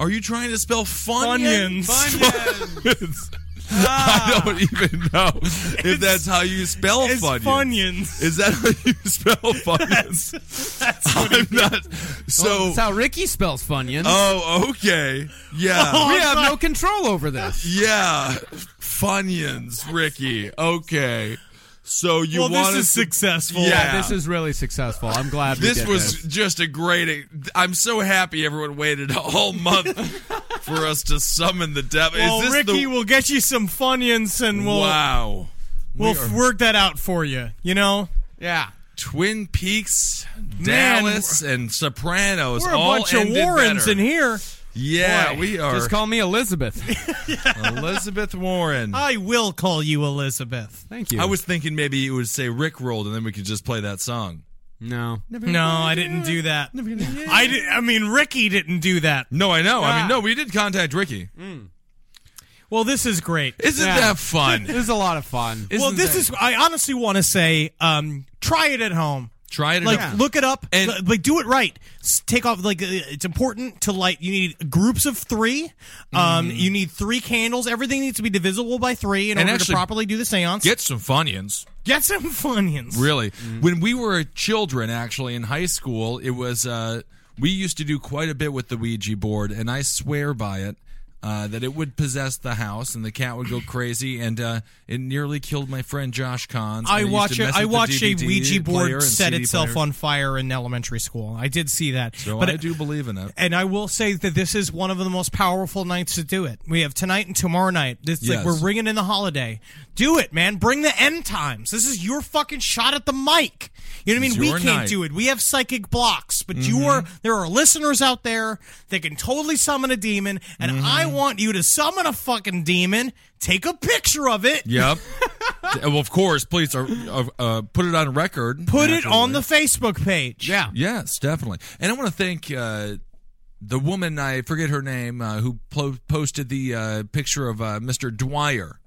C: Are you trying to spell funyuns?
B: Funyuns.
C: Funyuns. I don't even know if that's how you spell
B: Ah, It's
C: funyuns.
B: Funyuns.
C: Is that how you spell funyuns?
B: That's what
C: I'm not. So.
A: That's how Ricky spells Funyuns.
C: oh, okay. Yeah.
B: Oh,
A: we have no control over this.
C: Yeah, Funyuns, Ricky. Okay, so you
B: well,
C: want
B: this is successful.
C: Yeah.
A: this is really successful. I'm glad. we
C: This
A: did
C: was just a great. e-, I'm so happy everyone waited all month for us to summon the devil.
B: Well,
C: is this
B: Ricky,
C: the
B: we'll get you some Funyuns and we'll
C: wow?
B: we'll
C: we are-
B: work that out for you. You know,
A: Yeah.
C: Twin Peaks, Dallas, and Sopranos
B: we're a
C: all
B: bunch of
C: ended
B: Warrens
C: better.
B: in here.
C: Yeah, we are.
A: Just call me Elizabeth.
C: Elizabeth Warren.
B: I will call you Elizabeth.
A: Thank you.
C: I was thinking maybe you would say Rick rolled, and then we could just play that song.
A: no.
B: No, I didn't do that. I did, I mean, Ricky didn't do that.
C: No, I know. I mean, no, we did contact Ricky.
B: Mm. Well, this is great.
C: Isn't
A: Yeah.
C: that fun?
A: This is a lot of fun.
B: well, this is. I honestly want to say, um, try it at home.
C: Try it.
B: Like,
C: out.
B: look it up
C: And-
B: li- like, do it right. S- Take off. Like, uh, it's important to light. You need groups of three. Um, you need three candles. Everything needs to be divisible by three in
C: Mm-hmm. And
B: order
C: actually-
B: to properly do the seance.
C: get some funyuns.
B: Get some funyuns.
C: Really, when we were children, actually in high school, it was uh, we used to do quite a bit with the Ouija board, and I swear by it. uh, that it would possess the house and the cat would go crazy and uh, it nearly killed my friend Josh Cons.
B: I
C: and used
B: watch
C: to
B: a,
C: mess
B: I
C: with the
B: watched a
C: DVD
B: Ouija
C: player
B: board
C: and
B: set
C: CD
B: itself
C: player.
B: on fire in elementary school. I did see that.
C: So
B: but
C: I do believe in it.
B: And I will say that this is one of the most powerful nights to do it. We have tonight and tomorrow night. It's
C: Yes.
B: like we're ringing in the holiday. Do it, man. Bring the end times. This is your fucking shot at the mic. You know what I
C: It's
B: mean? We
C: your
B: can't
C: night. Mm-hmm.
B: do it. We have psychic blocks, but you are there are listeners out there that can totally summon a demon, and
C: Mm-hmm.
B: I want you to summon a fucking demon, take a picture of it,
C: Yep. well, of course, please uh, uh, put it on record.
B: put it on
C: naturally.
B: the Facebook page. Yeah.
C: Yes, definitely. And I want to thank uh, the woman I forget her name uh, who plo- posted the uh, picture of uh, Mr. Dwyer.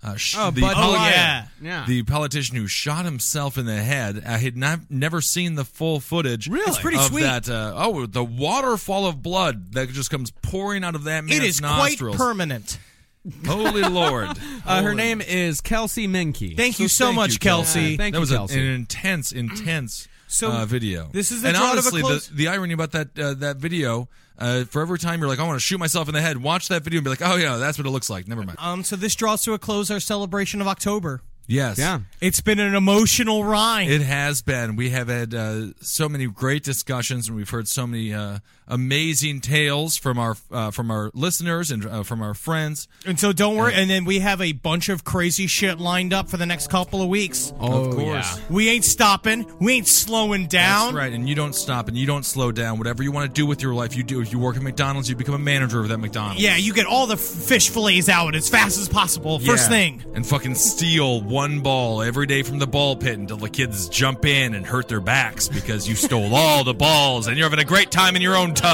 C: Uh, sh-
A: Oh,
C: the
A: Bud
C: poli-
A: Dwyer.
B: Yeah.
A: Yeah.
C: the politician who shot himself in the head. I had not never seen the full footage. Really,
B: It's pretty
C: of
B: sweet.
C: That uh, oh, the waterfall of blood that just comes pouring out of that man's
B: It is
C: nostrils.
B: quite permanent.
C: Holy Lord!
A: Uh, her
C: Holy-
A: name is Kelsey Menke.
B: Thank you so
C: thank
B: much,
C: you,
B: Kelsey.
A: Yeah, thank
C: that
A: you,
C: was a-
A: Kelsey.
C: an intense, intense
B: So,
C: uh, video.
B: this is the
C: and
B: drought of a
C: honestly,
B: close-
C: the, the irony about that uh, that video. Uh, for every time you're like, I want to shoot myself in the head, watch that video and be like, oh yeah, that's what it looks like. Never mind.
B: Um, so this draws to a close our celebration of October.
C: Yes.
A: yeah.
B: It's been an emotional ride.
C: It has been. We have had uh, so many great discussions, and we've heard so many uh, amazing tales from our uh, from our listeners and uh, from our friends.
B: and so don't worry. And then we have a bunch of crazy shit lined up for the next couple of weeks.
A: Oh,
C: of course.
A: yeah.
B: We ain't stopping. We ain't slowing down.
C: That's right, and you don't stop and you don't slow down. Whatever you want to do with your life, you do. If you work at McDonald's, you become a manager of that McDonald's.
B: Yeah, you get all the f- fish fillets out as fast as possible. First
C: Yeah.
B: thing.
C: And fucking steal one ball every day from the ball pit until the kids jump in and hurt their backs because you stole all the balls and you're having a great time in your own tub.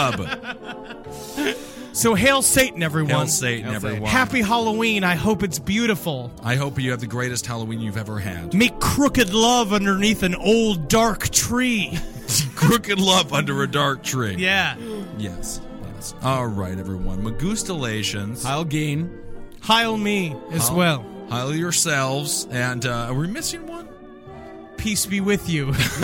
B: So hail Satan, everyone.
C: Hail Satan, everyone.
B: Happy Halloween. I hope it's beautiful.
C: I hope you have the greatest Halloween you've ever had.
B: Make crooked love underneath an old dark tree.
C: Crooked love under a dark tree.
B: Yeah.
C: Yes. Yes. All right, everyone. Magustalations.
A: Kyle Gein.
B: Heil me as well.
C: Heil yourselves. And uh, are we missing one?
B: Peace be with you.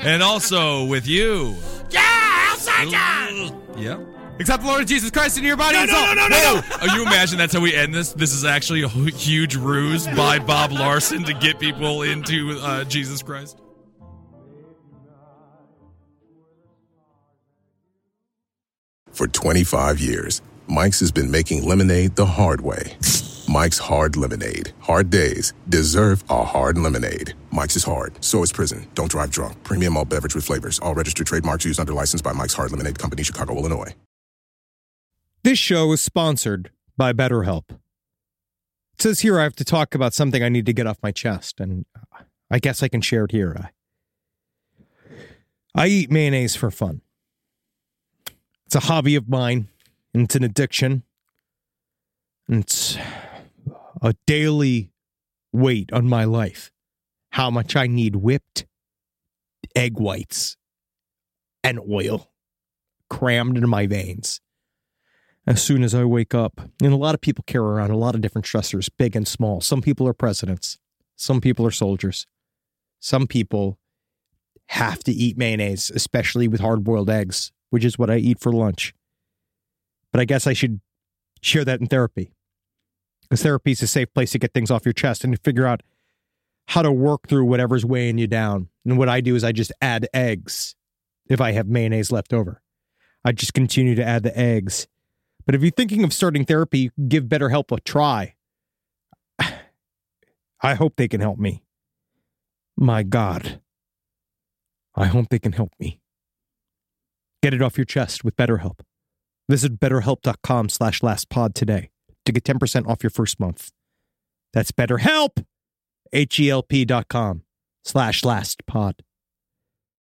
C: and also with you.
B: yeah,
C: Yep.
A: Accept the Lord Jesus Christ into your body and soul.
C: Oh, you imagine that's how we end this? This is actually a hu- huge ruse by Bob Larson to get people into uh, Jesus Christ.
G: For 25 years, Mike's has been making lemonade the hard way. Mike's Hard Lemonade. Hard days deserve a hard lemonade. Mike's is hard, so is prison. Don't drive drunk. Premium all beverage with flavors. All registered trademarks used under license by Mike's Hard Lemonade Company, Chicago, Illinois.
D: This show is sponsored by BetterHelp. It says here I have to talk about something I need to get off my chest, and I guess I can share it here. I, I eat mayonnaise for fun. It's a hobby of mine, and it's an addiction. And it's a daily weight on my life. How much I need whipped egg whites and oil crammed into my veins as soon as I wake up. And a lot of people carry around a lot of different stressors, big and small. Some people are presidents, some people are soldiers, some people have to eat mayonnaise, especially with hard boiled eggs, which is what I eat for lunch. But I guess I should share that in therapy because therapy is a safe place to get things off your chest and to figure out how to work through whatever's weighing you down. And what I do is I just add eggs if I have mayonnaise left over. I just continue to add the eggs. But if you're thinking of starting therapy, give BetterHelp a try. I hope they can help me. My God. I hope they can help me. Get it off your chest with BetterHelp. Visit betterhelp.com slash lastpod today to get 10% off your first month. E That's BetterHelp, H-E-L-P dot com slash lastpod.